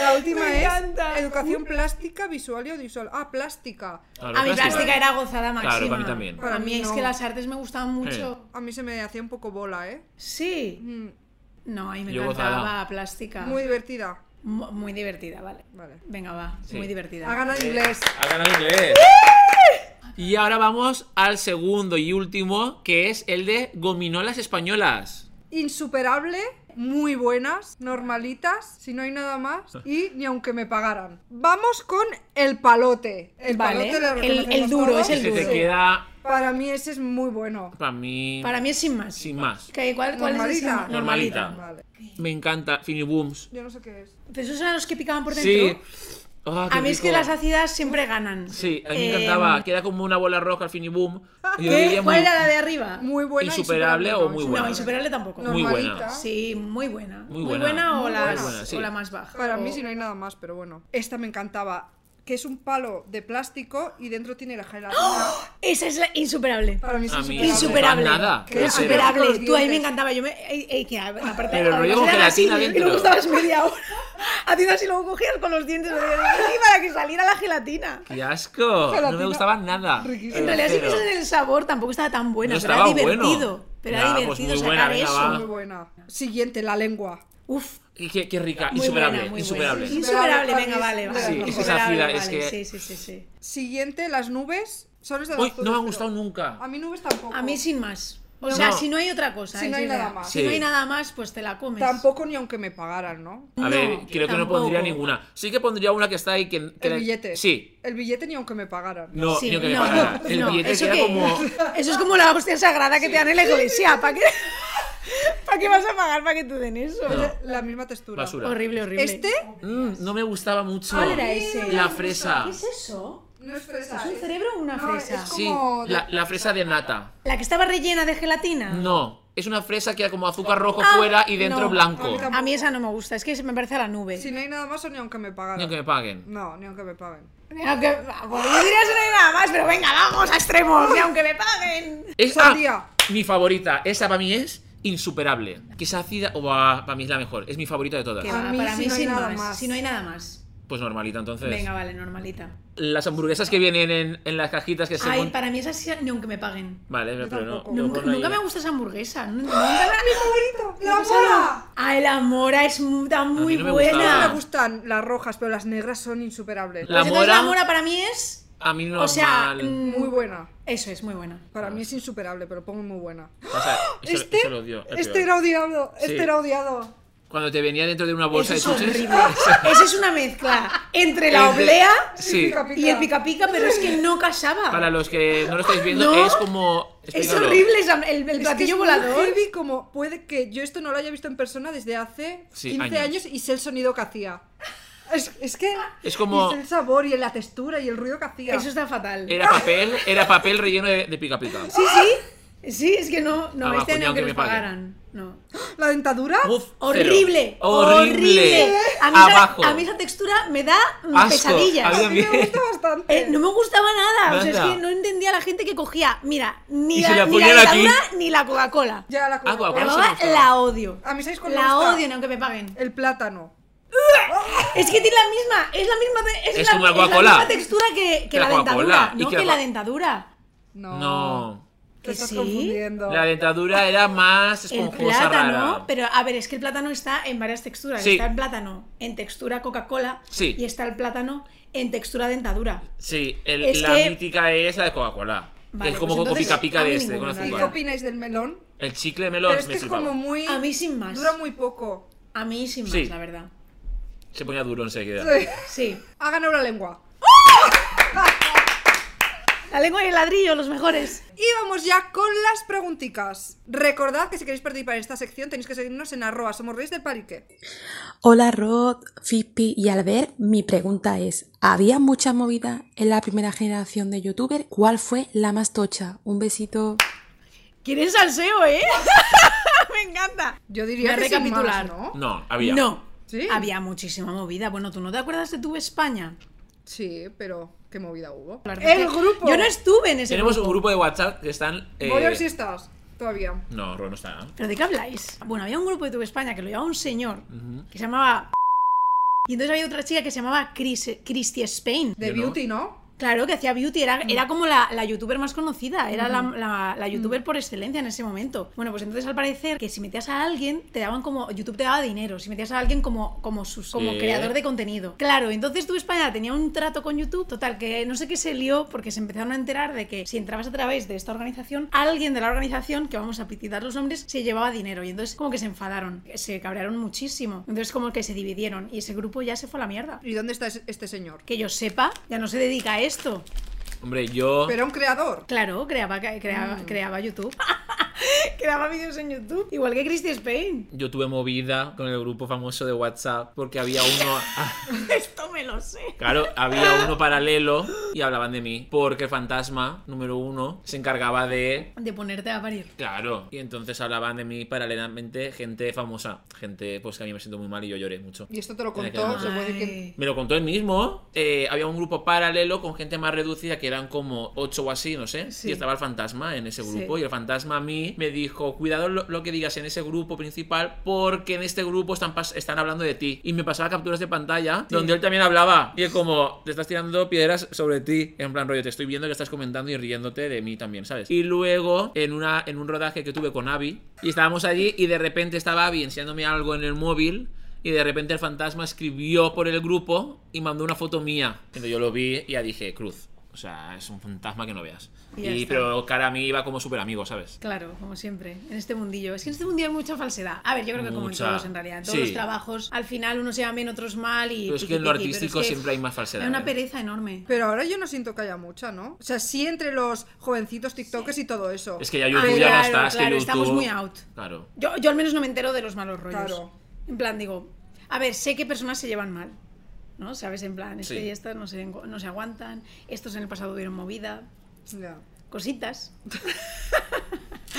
Speaker 2: La última
Speaker 4: Me
Speaker 2: es
Speaker 4: encanta.
Speaker 2: educación plástica, visual y audiovisual. Ah, plástica.
Speaker 6: Claro,
Speaker 4: A mí
Speaker 6: plástica.
Speaker 4: plástica era gozada máxima.
Speaker 6: Claro, para mí también.
Speaker 4: Para mí es
Speaker 2: No.
Speaker 4: que las artes me gustaban mucho.
Speaker 2: A mí se me hacía un poco bola, ¿eh?
Speaker 4: Sí.
Speaker 2: Mm,
Speaker 4: No, ahí me
Speaker 6: Yo
Speaker 4: encantaba
Speaker 6: gozada.
Speaker 4: plástica.
Speaker 2: Muy
Speaker 4: Mu-
Speaker 2: divertida.
Speaker 4: Muy, divertida, vale.
Speaker 2: Vale.
Speaker 4: Venga, va.
Speaker 6: Sí. Eh,
Speaker 4: Muy divertida.
Speaker 2: Ha ganado inglés.
Speaker 6: Ha ganado inglés. Y ahora vamos al segundo y último, que es el de gominolas españolas.
Speaker 2: Insuperable, muy buenas, normalitas, si no hay nada más,
Speaker 6: Ah.
Speaker 2: y ni aunque me pagaran. Vamos con el palote. El
Speaker 4: Vale,
Speaker 2: palote lo
Speaker 4: el- el
Speaker 2: reconocemos
Speaker 4: duro,
Speaker 2: todos.
Speaker 4: es el
Speaker 6: Se te
Speaker 4: duro.
Speaker 6: queda,
Speaker 2: Para mí ese es muy bueno.
Speaker 6: para mí,
Speaker 4: Para mí es sin más.
Speaker 6: sin más.
Speaker 4: ¿Qué- ¿Cuál, cuál es ese?
Speaker 2: Normalita.
Speaker 6: Normalita.
Speaker 2: Vale.
Speaker 6: Me encanta Finibooms.
Speaker 2: Yo no sé qué es.
Speaker 4: ¿Pero Pues esos eran los que picaban por dentro?
Speaker 6: Sí. Ah, qué
Speaker 4: A mí es que
Speaker 6: rico.
Speaker 4: las ácidas siempre ganan.
Speaker 6: Sí, a mí me
Speaker 4: Eh, Ah,
Speaker 6: encantaba. Que era como una bola roja al Finiboom. Y yo
Speaker 4: ¿Qué?
Speaker 6: diría
Speaker 4: ¿Cuál
Speaker 6: muy-
Speaker 4: era la de arriba?
Speaker 2: Muy buena.
Speaker 6: Insuperable o muy buena.
Speaker 4: No, insuperable tampoco.
Speaker 6: Muy buena.
Speaker 2: Normalita.
Speaker 4: Sí, muy buena.
Speaker 6: Muy buena.
Speaker 4: o,
Speaker 6: Muy
Speaker 4: las-
Speaker 6: buena, sí.
Speaker 4: o la más baja.
Speaker 2: Para
Speaker 4: O-
Speaker 2: mí si no hay nada más, pero bueno. Esta me encantaba, que es un palo de plástico y dentro tiene la gelatina.
Speaker 4: Esa es la insuperable.
Speaker 2: Para mí es
Speaker 6: A mí-
Speaker 2: insuperable.
Speaker 4: Insuperable.
Speaker 6: Para nada.
Speaker 4: Qué
Speaker 2: Con los
Speaker 4: Insuperable. Tú a mí
Speaker 2: dientes.
Speaker 4: me encantaba. Yo me. ey, ey, que a- aparte,
Speaker 6: Pero el rollo con
Speaker 4: además eran así,
Speaker 6: gelatina
Speaker 4: Y luego
Speaker 6: dentro.
Speaker 4: estabas media hora <laughs> haciendo así, luego cogías con los dientes lo hacías así para que saliera la gelatina.
Speaker 6: ¡Qué asco! No me
Speaker 2: Gelatina.
Speaker 6: gustaba nada.
Speaker 2: Riquísimo.
Speaker 4: En realidad, si
Speaker 6: Cero.
Speaker 4: piensas en el sabor, tampoco estaba tan buena,
Speaker 6: No
Speaker 4: pero era
Speaker 6: estaba bueno.
Speaker 4: divertido. Pero era
Speaker 6: Ya, pues
Speaker 4: divertido
Speaker 6: muy buena,
Speaker 4: sacar
Speaker 6: venga,
Speaker 4: eso.
Speaker 6: va.
Speaker 2: Muy buena. Siguiente, la lengua.
Speaker 4: Uf,
Speaker 6: Qué, qué rica,
Speaker 4: muy
Speaker 6: insuperable,
Speaker 4: buena, muy
Speaker 6: insuperable.
Speaker 4: buena. Insuperable, venga,
Speaker 2: Insuperable,
Speaker 4: vale,
Speaker 2: para
Speaker 6: mí
Speaker 4: vale.
Speaker 6: es- Sí, es que esa
Speaker 4: Insuperable,
Speaker 6: fila es
Speaker 4: vale,
Speaker 6: que-
Speaker 4: Sí, sí, sí, sí.
Speaker 2: Siguiente, las nubes. Son esas
Speaker 6: Uy,
Speaker 2: azules,
Speaker 6: no me ha
Speaker 2: pero-
Speaker 6: gustado nunca.
Speaker 2: A mí nubes tampoco.
Speaker 4: A mí sin más. O sea,
Speaker 6: No.
Speaker 4: si no hay otra cosa.
Speaker 2: Si no
Speaker 4: es
Speaker 2: hay
Speaker 4: verdad.
Speaker 2: nada más.
Speaker 4: Si no
Speaker 6: Sí.
Speaker 4: hay nada más, pues te la comes.
Speaker 2: Tampoco ni aunque me pagaran, ¿no?
Speaker 6: A
Speaker 4: No,
Speaker 6: ver, creo que no
Speaker 4: tampoco.
Speaker 6: pondría ninguna. Sí que pondría una que está ahí. Que, que
Speaker 2: El
Speaker 6: la-
Speaker 2: billete.
Speaker 6: Sí.
Speaker 2: El billete ni aunque me pagaran.
Speaker 6: No,
Speaker 4: Sí,
Speaker 6: yo que me
Speaker 4: no,
Speaker 6: pagara. El
Speaker 4: no,
Speaker 6: billete
Speaker 4: ¿eso
Speaker 6: que era
Speaker 4: qué <laughs>
Speaker 6: como.
Speaker 4: es? Eso es como la hostia sagrada que te dan en la
Speaker 6: <laughs>
Speaker 4: iglesia. ¿Para qué, ¿Para qué vas a pagar para que te den eso?
Speaker 6: No,
Speaker 2: La misma textura.
Speaker 6: basura.
Speaker 4: Horrible, horrible.
Speaker 2: Este
Speaker 6: Mm, no me gustaba mucho.
Speaker 4: ¿Cuál era ese?
Speaker 6: La fresa.
Speaker 4: ¿Qué es eso?
Speaker 2: no es fresa.
Speaker 4: ¿Es un
Speaker 2: es-
Speaker 4: cerebro o una
Speaker 2: No,
Speaker 4: fresa?
Speaker 2: es
Speaker 6: Sí,
Speaker 2: como-
Speaker 6: la, la fresa de nata.
Speaker 4: ¿La que estaba rellena de gelatina?
Speaker 6: No, es una fresa que era como azúcar rojo
Speaker 4: Ah,
Speaker 6: fuera y dentro
Speaker 4: no.
Speaker 6: blanco.
Speaker 2: A
Speaker 4: A mí esa no me gusta, es que se me parece a la nube.
Speaker 2: Si no hay nada más o ni aunque me
Speaker 6: Ni
Speaker 2: pagaran.
Speaker 6: que me paguen.
Speaker 2: No, ni aunque me paguen.
Speaker 4: Aunque, bueno, yo diría que no hay nada más, pero venga, vamos a extremos, y aunque me paguen.
Speaker 6: Es,
Speaker 2: Sandía.
Speaker 6: ah, mi favorita. Esa para mí es insuperable. Que es ácida. Buah, para mí es la mejor. Es mi favorita de todas.
Speaker 4: Que
Speaker 2: A
Speaker 4: va,
Speaker 2: mí
Speaker 4: para
Speaker 2: si
Speaker 4: mí
Speaker 2: no hay
Speaker 4: sin
Speaker 2: nada
Speaker 4: más,
Speaker 2: más.
Speaker 4: Si no hay nada más.
Speaker 6: Pues normalita entonces.
Speaker 4: Venga, vale, normalita.
Speaker 6: Las hamburguesas que vienen en, en las cajitas que se
Speaker 4: Ay,
Speaker 6: mon-
Speaker 4: para mí esa sí, ni aunque me paguen.
Speaker 6: Vale, pero no.
Speaker 2: tampoco.
Speaker 6: yo
Speaker 4: Nunca,
Speaker 6: con
Speaker 4: nunca
Speaker 6: ahí-
Speaker 4: me gusta esa
Speaker 6: <laughs>
Speaker 4: hamburguesa. nu- Nunca ¡Mi favorito!
Speaker 2: ¡La mora!
Speaker 4: ¡Ay, la mora Ah, es mu- está muy
Speaker 6: no me
Speaker 4: buena!
Speaker 6: gustaba.
Speaker 2: Me gustan las rojas, pero las negras son insuperables.
Speaker 6: La
Speaker 4: Pues entonces
Speaker 6: mora-
Speaker 4: la mora para mí es.
Speaker 6: A mí no
Speaker 4: O sea, mm,
Speaker 2: Muy buena.
Speaker 4: eso es muy buena.
Speaker 2: Para mí es insuperable, pero pongo muy buena.
Speaker 6: este,
Speaker 2: Este, este era odiado,
Speaker 6: Sí.
Speaker 2: este era odiado.
Speaker 6: Cuando te venía dentro de una bolsa
Speaker 4: Eso es
Speaker 6: de chuches. <laughs>
Speaker 4: horrible. Eso es una mezcla entre la
Speaker 6: Entre-
Speaker 4: oblea <laughs>
Speaker 6: Sí.
Speaker 2: Pica, pica.
Speaker 4: y el pica pica, pero es que no casaba.
Speaker 6: Para los que no lo estáis viendo,
Speaker 4: No,
Speaker 6: es como.
Speaker 4: Es
Speaker 6: explícalo.
Speaker 4: horrible esa- el, el
Speaker 2: Es que
Speaker 4: platillo
Speaker 2: es muy
Speaker 4: volador.
Speaker 2: heavy como puede que yo esto no lo haya visto en persona desde hace
Speaker 6: Sí,
Speaker 2: 15
Speaker 6: años.
Speaker 2: años. y sé el sonido que hacía. Es, es que
Speaker 6: Es como-
Speaker 2: y sé el sabor y la textura y el ruido que hacía.
Speaker 4: Eso está fatal.
Speaker 6: Era papel, era papel relleno de, de pica pica.
Speaker 4: Sí, sí. Sí, es que no, no,
Speaker 6: Abajo,
Speaker 4: este
Speaker 6: ni
Speaker 4: año
Speaker 6: aunque
Speaker 4: que
Speaker 6: me
Speaker 4: nos
Speaker 6: paguen.
Speaker 4: pagaran. No.
Speaker 2: La dentadura
Speaker 6: Uf, cero.
Speaker 4: Horrible.
Speaker 6: Horrible.
Speaker 4: A mí, esa-
Speaker 6: Abajo.
Speaker 4: a mí esa textura me da mm,
Speaker 6: Asco.
Speaker 4: pesadillas.
Speaker 6: A mí
Speaker 2: a mí me
Speaker 6: también.
Speaker 2: gusta bastante.
Speaker 4: Eh, no me gustaba nada. O sea,
Speaker 6: Nada.
Speaker 4: es que no entendía a la gente que cogía, mira, ni
Speaker 6: Y se
Speaker 4: la,
Speaker 6: la
Speaker 4: ni la
Speaker 6: ponían aquí.
Speaker 4: dentadura ni la Coca-Cola.
Speaker 2: Ya la
Speaker 6: Ah, guau,
Speaker 4: La
Speaker 6: guau.
Speaker 2: Coca-Cola.
Speaker 6: se
Speaker 4: baba
Speaker 6: gustaba.
Speaker 4: la odio.
Speaker 2: A mí, ¿sabéis cuál me
Speaker 4: La
Speaker 2: gusta?
Speaker 4: odio, ni aunque me paguen.
Speaker 2: El plátano.
Speaker 4: Es que tiene la misma, es la misma, te- es
Speaker 6: Es
Speaker 4: la,
Speaker 6: como la
Speaker 4: es la
Speaker 6: Coca-Cola.
Speaker 4: misma textura que, que
Speaker 6: La
Speaker 4: la, dentadura.
Speaker 6: Coca-Cola. Y
Speaker 4: No,
Speaker 6: que
Speaker 4: que,
Speaker 6: la-
Speaker 4: la dentadura.
Speaker 2: No.
Speaker 6: No.
Speaker 2: Te
Speaker 4: ¿Que
Speaker 2: estás
Speaker 4: sí?
Speaker 2: confundiendo.
Speaker 6: La dentadura era más
Speaker 4: El
Speaker 6: esponjosa
Speaker 4: plátano,
Speaker 6: rara.
Speaker 4: pero a ver, es que el plátano está en varias texturas.
Speaker 6: Sí.
Speaker 4: Está el plátano en textura Coca-Cola
Speaker 6: Sí.
Speaker 4: y está el plátano en textura dentadura.
Speaker 6: Sí, el-
Speaker 4: Es
Speaker 6: la
Speaker 4: que-
Speaker 6: mítica es la de Coca-Cola. que
Speaker 4: Vale,
Speaker 6: es como
Speaker 4: pues
Speaker 6: coco
Speaker 4: entonces,
Speaker 6: pica pica
Speaker 4: a mí
Speaker 6: de este, con
Speaker 4: ninguna.
Speaker 2: ¿Y qué
Speaker 6: azúcar.
Speaker 2: opináis del melón?
Speaker 6: El chicle de
Speaker 2: Pero
Speaker 6: melón
Speaker 2: es
Speaker 6: me
Speaker 2: que es
Speaker 6: flipaba.
Speaker 2: como muy.
Speaker 4: A mí sin más.
Speaker 2: Dura muy poco.
Speaker 4: A mí sin más,
Speaker 6: Sí.
Speaker 4: la verdad.
Speaker 6: Se ponía duro enseguida.
Speaker 4: Sí.
Speaker 2: <laughs> ha ganado la lengua.
Speaker 4: La lengua y el ladrillo, los mejores.
Speaker 2: Y vamos ya con las pregunticas. Recordad que si queréis participar en esta sección tenéis que seguirnos en arroba somos reyes del parique.
Speaker 7: Hola Rod, Fizpi y Albert, mi pregunta es, ¿había mucha movida en la primera generación de youtuber? ¿Cuál fue la más tocha? Un besito.
Speaker 4: ¿Quieren salseo, eh? Me encanta.
Speaker 2: Yo diría
Speaker 4: Voy
Speaker 2: que
Speaker 4: a
Speaker 2: sin más,
Speaker 4: recapitular.
Speaker 2: ¿no?
Speaker 6: No, había.
Speaker 4: No.
Speaker 2: ¿Sí?
Speaker 4: Había muchísima movida. Bueno, ¿tú no te acuerdas de tu España?
Speaker 2: Sí, pero qué movida hubo.
Speaker 4: La verdad
Speaker 2: El
Speaker 4: es que
Speaker 2: grupo.
Speaker 4: Yo no estuve en ese
Speaker 6: Tenemos
Speaker 4: grupo.
Speaker 6: un grupo de WhatsApp que están. eh,
Speaker 2: Voy a ver si estás todavía.
Speaker 6: No, Ro no está.
Speaker 4: ¿Pero de qué habláis? Bueno, había un grupo de Tuve España que lo llevaba un señor que se llamaba. Y entonces había otra chica que se llamaba Chris, Christy Spain.
Speaker 2: De
Speaker 6: Yo no.
Speaker 2: Beauty, ¿no?
Speaker 4: Claro, que hacía beauty, era, era como la, la youtuber más conocida, era la, la- la youtuber por excelencia en ese momento. Bueno, pues entonces al parecer que si metías a alguien, te daban como, YouTube te daba dinero, si metías a alguien como, como, sus, como
Speaker 6: Sí.
Speaker 4: creador de contenido. Claro, entonces tú España tenía un trato con YouTube, total, que no sé qué se lió porque se empezaron a enterar de que si entrabas a través de esta organización, alguien de la organización, que vamos a pititar los nombres, se llevaba dinero y entonces como que se enfadaron, se cabrearon muchísimo, entonces como que se dividieron y ese grupo ya se fue a la mierda.
Speaker 2: ¿Y dónde está es- este señor?
Speaker 4: Que yo sepa, ya no se dedica a esto.
Speaker 6: Hombre, yo.
Speaker 2: Pero un creador.
Speaker 4: Claro, creaba, creaba,
Speaker 2: Mm.
Speaker 4: creaba YouTube. <laughs> creaba vídeos en YouTube. Igual que Christy Spain. <laughs>
Speaker 6: Yo tuve movida con el grupo famoso de WhatsApp porque había uno. ah,
Speaker 4: Esto me lo sé.
Speaker 6: Claro, había uno paralelo y hablaban de mí. Porque el fantasma número uno se encargaba de.
Speaker 4: De ponerte a parir.
Speaker 6: Claro, y entonces hablaban de mí paralelamente gente famosa. Gente pues que a mí me siento muy mal y yo lloré mucho.
Speaker 2: Y esto te lo
Speaker 6: Tiene que
Speaker 2: contó,
Speaker 6: ver.
Speaker 2: se puede decir que...
Speaker 4: Ay.
Speaker 6: Me lo contó él mismo. Eh, había un grupo paralelo con gente más reducida que eran como ocho o así, no sé.
Speaker 4: Sí.
Speaker 6: Y estaba el fantasma en ese grupo.
Speaker 4: Sí.
Speaker 6: Y el fantasma a mí me dijo: Cuidado lo, lo que digas en ese grupo principal, porque en este grupo están, pas- están hablando de ti. Y me pasaba capturas de pantalla donde él también hablaba. Y él, como, te estás tirando piedras sobre ti. En plan, rollo, te estoy viendo que estás comentando y riéndote de mí también, ¿sabes? Y luego, en, una, en un rodaje que tuve con Abby, y estábamos allí, y de repente estaba Abby enseñándome algo en el móvil. Y de repente el fantasma escribió por el grupo y mandó una foto mía. Entonces yo lo vi y ya dije, cruz. O sea, es un fantasma que no veas.
Speaker 4: Y ya
Speaker 6: Y,
Speaker 4: está.
Speaker 6: pero cara a mí iba como súper amigo, ¿sabes?
Speaker 4: Claro, como siempre, en este mundillo. Es que en este mundillo hay mucha falsedad. A ver, yo creo que como en
Speaker 6: Mucha.
Speaker 4: todos, en realidad. En todos
Speaker 6: Sí.
Speaker 4: los trabajos, al final unos se llevan bien, otros mal. Y
Speaker 6: Pero es que
Speaker 4: piqui,
Speaker 6: en lo
Speaker 4: piqui, pero
Speaker 6: artístico
Speaker 4: es que
Speaker 6: siempre hay más falsedad.
Speaker 4: Hay una
Speaker 6: ¿eh?
Speaker 4: pereza enorme.
Speaker 2: Pero ahora yo no siento que haya mucha, ¿no? O sea, sí entre los jovencitos TikTokers y todo eso.
Speaker 6: Es que ya
Speaker 4: Ah,
Speaker 6: YouTube ya
Speaker 4: claro,
Speaker 6: no está, es que
Speaker 4: claro,
Speaker 6: YouTube...
Speaker 4: estamos muy out.
Speaker 6: Claro.
Speaker 4: Yo, yo al menos no me entero de los malos rollos.
Speaker 2: Claro.
Speaker 4: En plan, digo, a ver, sé que personas se llevan mal. ¿No? ¿Sabes? En plan, este
Speaker 6: Sí.
Speaker 4: y estas no se, no se aguantan, estos en el pasado tuvieron movida,
Speaker 2: Ya.
Speaker 4: cositas. <laughs>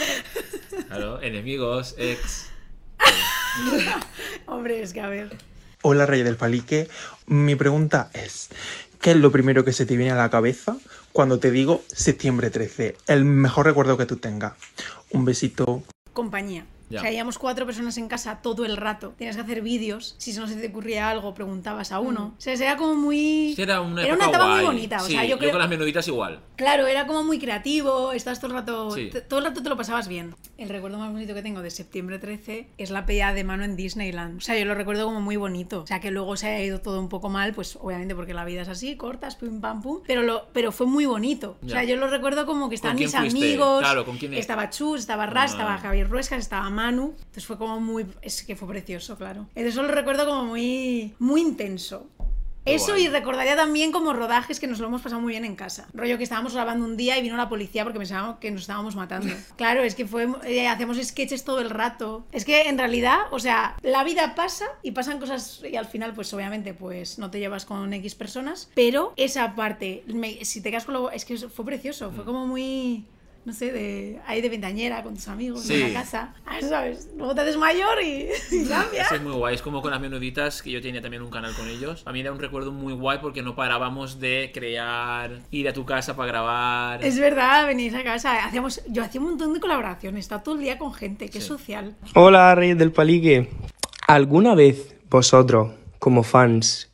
Speaker 6: Claro, enemigos, ex...
Speaker 4: Hombre, es que a ver.
Speaker 8: Hola Rey del Palique, mi pregunta es, ¿qué es lo primero que se te viene a la cabeza cuando te digo septiembre 13? El mejor recuerdo que tú tengas. Un besito.
Speaker 4: compañía.
Speaker 6: Ya.
Speaker 4: O sea, íbamos cuatro personas en casa todo el rato. Tenías que hacer vídeos. Si no se te ocurría algo, preguntabas a uno. O sea, era como muy.
Speaker 6: Es que Mm. Era una,
Speaker 4: era una
Speaker 6: época
Speaker 4: etapa muy
Speaker 6: guay.
Speaker 4: bonita. O
Speaker 6: Sí,
Speaker 4: sea, yo creo.
Speaker 6: con las menuditas
Speaker 4: <laughs>
Speaker 6: igual.
Speaker 4: Claro, era como muy creativo. Estás todo el rato.
Speaker 6: Sí.
Speaker 4: te- Todo el rato te lo pasabas bien. El recuerdo más bonito que tengo de septiembre 13 es la pella de mano en Disneyland. O sea, yo lo recuerdo como muy bonito. O sea, que luego se ha ido todo un poco mal, pues obviamente porque la vida es así, cortas, pim pam pum. Pero, lo, pero fue muy bonito. O sea,
Speaker 6: Ya.
Speaker 4: yo lo recuerdo como que estaban
Speaker 6: quién
Speaker 4: mis
Speaker 6: fuiste?
Speaker 4: amigos.
Speaker 6: Claro, ¿con quién?
Speaker 4: Estaba Chus, estaba Ras,
Speaker 6: Ah.
Speaker 4: estaba Javier Ruescas, estaba Manu. Entonces fue como muy. Es que fue precioso, claro. Eso lo recuerdo como muy. muy intenso.
Speaker 6: Qué
Speaker 4: Eso
Speaker 6: guay.
Speaker 4: y recordaría también como rodajes que nos lo hemos pasado muy bien en casa. Rollo que estábamos grabando un día y vino la policía porque pensábamos que nos
Speaker 6: <laughs>
Speaker 4: estábamos matando. Claro, es que fue eh, hacemos sketches todo el rato. Es que en realidad, o sea, la vida pasa y pasan cosas y al final pues obviamente pues no te llevas con X personas, pero esa parte me- si te quedas con lo es que fue precioso,
Speaker 6: Mm.
Speaker 4: fue como muy no sé, de ahí de ventañera con tus amigos
Speaker 6: Sí.
Speaker 4: en la casa. Ah, ¿sabes? Luego te haces mayor y, <laughs> y cambias.
Speaker 6: Eso es muy guay, es como con las menuditas, que yo tenía también un canal con ellos. A mí era un recuerdo muy guay porque no parábamos de crear, ir a tu casa para grabar.
Speaker 4: Es verdad, venís a casa. Hacíamos, yo hacía un montón de colaboraciones, estaba todo el día con gente, qué
Speaker 6: Sí.
Speaker 4: social.
Speaker 9: Hola, Reyes del Palique. ¿Alguna vez vosotros, como fans,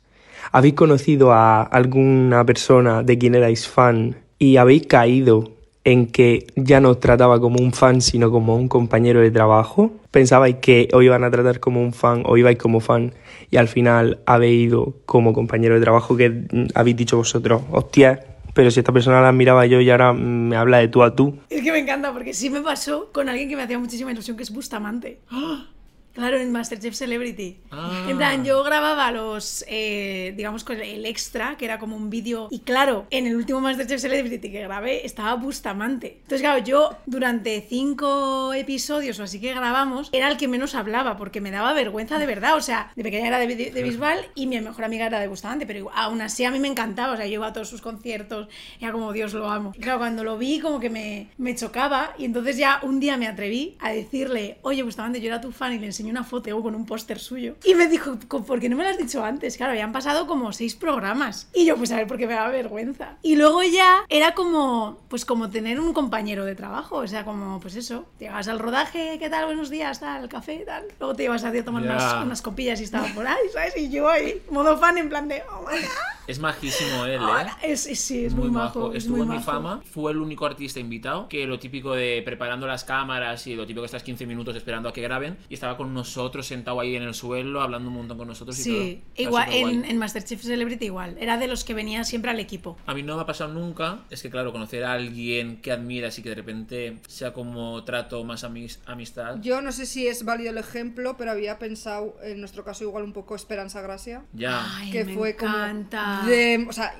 Speaker 9: habéis conocido a alguna persona de quien erais fan y habéis caído en que ya no os trataba como un fan, sino como un compañero de trabajo? ¿Pensabais que os iban a tratar como un fan o ibais como fan y al final habéis ido como compañero de trabajo que mm, habéis dicho vosotros, hostia, pero si esta persona la miraba yo y ahora mm, me habla de tú a tú?
Speaker 4: Es que me encanta porque sí me pasó con alguien que me hacía muchísima ilusión, que es Bustamante. ¡Ah! Claro, en Masterchef Celebrity.
Speaker 6: Ah.
Speaker 4: En plan, yo grababa los, eh, digamos, con el extra, que era como un vídeo. Y claro, en el último Masterchef Celebrity que grabé estaba Bustamante. Entonces, claro, yo durante cinco episodios o así que grabamos, era el que menos hablaba, porque me daba vergüenza de verdad. O sea, de pequeña era de, de- de Bisbal y mi mejor amiga era de Bustamante, pero aún así a mí me encantaba. O sea, yo iba a todos sus conciertos, era como Dios lo amo. Y claro, cuando lo vi, como que me, me chocaba. Y entonces ya un día me atreví a decirle, oye, Bustamante, yo era tu fan y le enseñé una foto con un póster suyo. Y me dijo, "Co- ¿por qué no me lo has dicho antes? Claro, habían pasado como seis programas. Y yo, pues a ver, porque me daba vergüenza. Y luego ya era como, pues como tener un compañero de trabajo. O sea, como, pues eso, llegabas al rodaje, ¿qué tal? Buenos días, tal, café, tal. Luego te ibas a ti a tomar
Speaker 6: Ya.
Speaker 4: unas, unas copillas y estaba por ahí, ¿sabes? Y yo ahí, modo fan, en plan de, oh my God.
Speaker 6: Es majísimo él, ¿eh?
Speaker 4: Hola, es, es- sí, es muy, majo. es
Speaker 6: Estuvo
Speaker 4: muy
Speaker 6: en mi
Speaker 4: majo.
Speaker 6: fama, fue el único artista invitado, que lo típico de preparando las cámaras y lo típico que estás 15 minutos esperando a que graben, y estaba con nosotros sentado ahí en el suelo, hablando un montón con nosotros y todo.
Speaker 4: Sí,
Speaker 6: Está
Speaker 4: igual,
Speaker 6: superguay.
Speaker 4: en, en Masterchef Celebrity igual. Era de los que venía siempre al equipo.
Speaker 6: A mí no me ha pasado nunca, es que claro, conocer a alguien que admiras y que de repente sea como trato más amis- amistad.
Speaker 2: Yo no sé si es válido el ejemplo, pero había pensado, en nuestro caso, igual un poco Esperanza Gracia.
Speaker 6: Ya.
Speaker 4: Ay,
Speaker 2: que
Speaker 4: me
Speaker 2: fue
Speaker 4: encanta.
Speaker 2: como. de- o sea,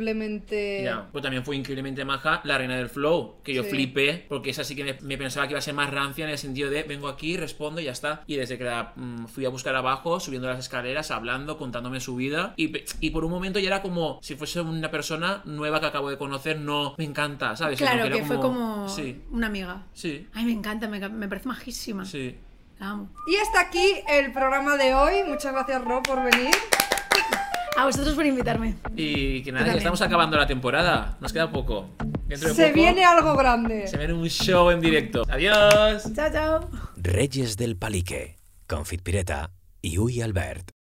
Speaker 2: increíblemente.
Speaker 6: Ya. Pues también fue increíblemente maja la reina del flow, que yo
Speaker 2: Sí.
Speaker 6: flipé, porque esa sí que me, me pensaba que iba a ser más rancia en el sentido de vengo aquí, respondo y ya está. Y desde que la mm, fui a buscar abajo, subiendo las escaleras, hablando, contándome su vida, y, pe- y por un momento ya era como si fuese una persona nueva que acabo de conocer, no me encanta, ¿sabes? Sino
Speaker 4: Claro, que,
Speaker 6: era
Speaker 4: fue como
Speaker 6: Sí,
Speaker 4: una amiga.
Speaker 6: sí,
Speaker 4: Ay, me encanta, me, me parece majísima.
Speaker 6: sí.
Speaker 4: La amo.
Speaker 2: Y hasta aquí el programa de hoy. Muchas gracias, Rob, por venir.
Speaker 4: A vosotros por invitarme.
Speaker 6: Y que nada, ya
Speaker 4: también.
Speaker 6: estamos acabando la temporada, nos queda poco. Dentro de
Speaker 2: Se
Speaker 6: poco,
Speaker 2: viene algo grande.
Speaker 6: se viene un show en directo. Adiós.
Speaker 4: Chao, chao.
Speaker 5: Reyes del Palique, Confit Pireta y Uy Albert.